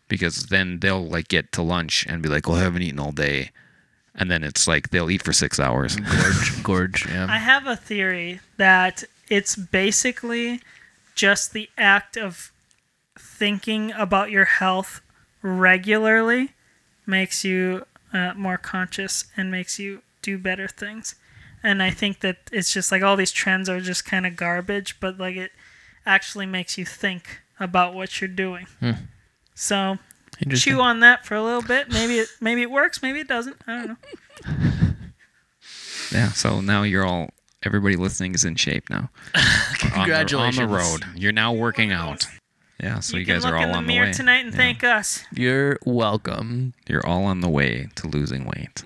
S2: because then they'll like get to lunch and be like well i haven't eaten all day and then it's like they'll eat for six hours
S1: Mm-hmm.
S3: Gorge. Gorge. Yeah.
S1: I have a theory that it's basically just the act of thinking about your health regularly makes you uh, more conscious and makes you do better things. And I think that it's just like all these trends are just kind of garbage, but like it actually makes you think about what you're doing.
S2: Hmm.
S1: So
S3: Interesting.
S1: chew on that for a little bit. Maybe it maybe it works, maybe it doesn't. I don't know.
S2: yeah so now you're all everybody listening is in shape now On the-
S3: Congratulations.
S2: on the, road you're now working out yeah so you,
S1: can
S2: guys
S1: look
S2: are all
S1: in the
S2: on the
S1: mirror
S2: way
S1: tonight and
S2: Yeah.
S1: thank us.
S3: You're welcome.
S2: you're all on the way to losing weight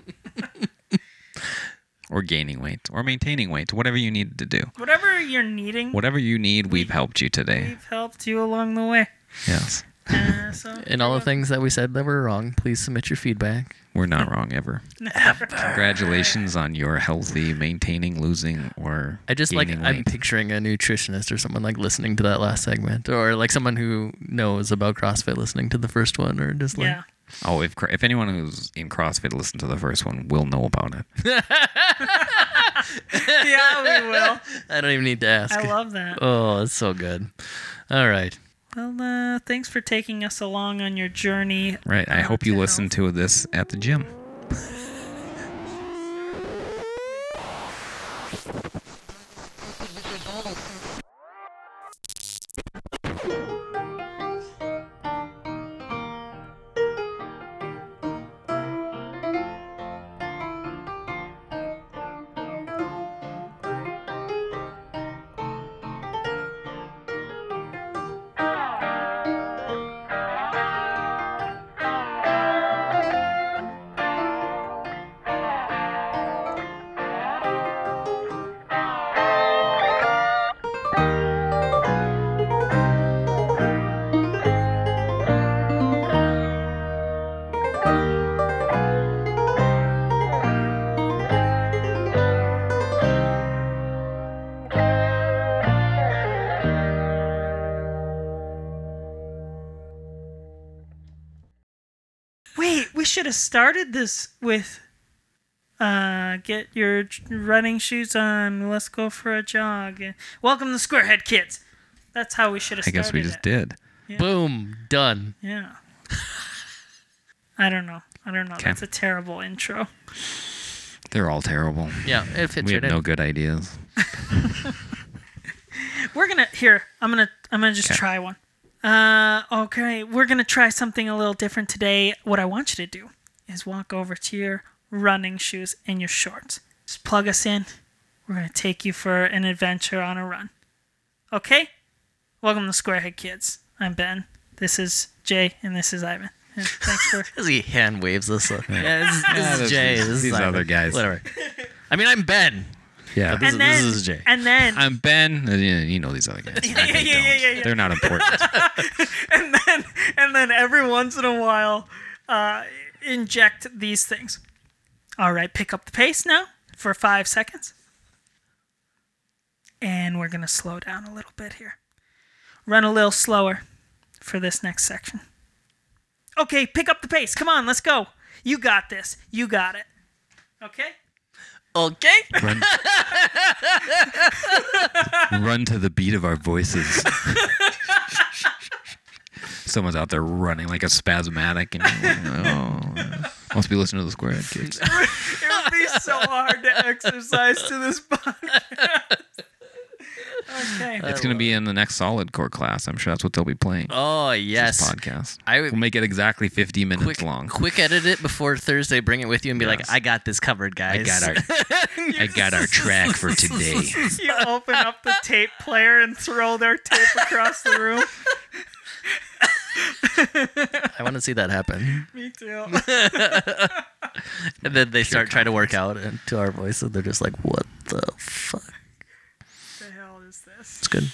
S2: or gaining weight or maintaining weight whatever you need to do
S1: whatever you're needing,
S2: whatever you need we've helped you today
S1: we've helped you along the way.
S2: yes
S1: Uh, so
S3: And all the things that we said that were wrong, please submit your feedback.
S2: We're not wrong ever. Congratulations on your healthy maintaining, losing, or
S3: I just like
S2: gaining
S3: I'm
S2: weight.
S3: picturing a nutritionist or someone like listening to that last segment, or like someone who knows about CrossFit listening to the first one, or just like
S1: yeah,
S2: oh, if cr- if anyone who's in CrossFit listened to the first one, will know about it.
S1: yeah, we will.
S3: I don't even need to ask.
S1: I love that.
S3: Oh, that's so good. All right.
S1: Well, uh, thanks for taking us along on your journey.
S2: Right. I hope you listen to this at the gym.
S1: should have started this with uh, get your j- running shoes on. Let's go for a jog. Welcome to Squarehead Kids. That's how we should have
S2: I
S1: started.
S2: guess we just
S1: it.
S2: did.
S3: Boom, done.
S1: Yeah. I don't know. I don't know.
S2: Okay.
S1: That's a terrible intro.
S2: They're all terrible.
S3: Yeah, it fits
S2: We
S3: right
S2: have
S3: in.
S2: no good ideas.
S1: We're gonna here. I'm gonna I'm gonna just
S2: Okay.
S1: try one. Uh, okay, we're gonna try something a little different today. What I want you to do is walk over to your running shoes and your shorts. Just plug us in. We're gonna take you for an adventure on a run. Okay? Welcome to Squarehead Kids. I'm Ben. This is Jay, and this is Ivan. And thanks for
S3: As he hand waves us. up. Yeah, this, this
S2: Yeah,
S3: is
S2: this
S3: Jay.
S2: is-
S3: This is
S2: these
S3: Ivan.
S2: other guys.
S3: Whatever. I mean, I'm Ben.
S2: Yeah.
S3: This-
S1: and
S3: this
S1: then
S3: is Jay.
S1: and then
S2: I'm Ben. Uh, yeah, You know these other guys.
S1: Yeah, yeah,
S2: I
S1: yeah,
S2: don't.
S1: yeah, yeah, yeah.
S2: They're not important.
S1: and then and then every once in a while uh, inject these things all right pick up the pace now for five seconds and we're gonna slow down a little bit here run a little slower for this next section okay pick up the pace come on let's go you got this you got it okay
S3: Okay.
S2: Run, run to the beat of our voices. Someone's out there running like a spasmatic, and oh, must be listening to the Square Head Kids.
S1: it would be so hard to exercise to this podcast okay
S2: It's gonna be in the next solid core class. I'm sure that's what they'll be playing.
S3: Oh
S2: This
S3: yes.
S2: podcast.
S3: I would-
S2: we'll make it exactly 50 minutes
S3: Quick,
S2: long.
S3: quick edit it before Thursday. Bring it with you and be like,
S2: Yes.
S3: I got this covered, guys.
S2: I got our I got our track for today.
S1: you open up the tape player and throw their tape across the room.
S3: I want to see that happen.
S1: Me too.
S3: And then they start trying to work out into our voices. They're just like, what the fuck?
S1: the hell is this?
S3: It's good.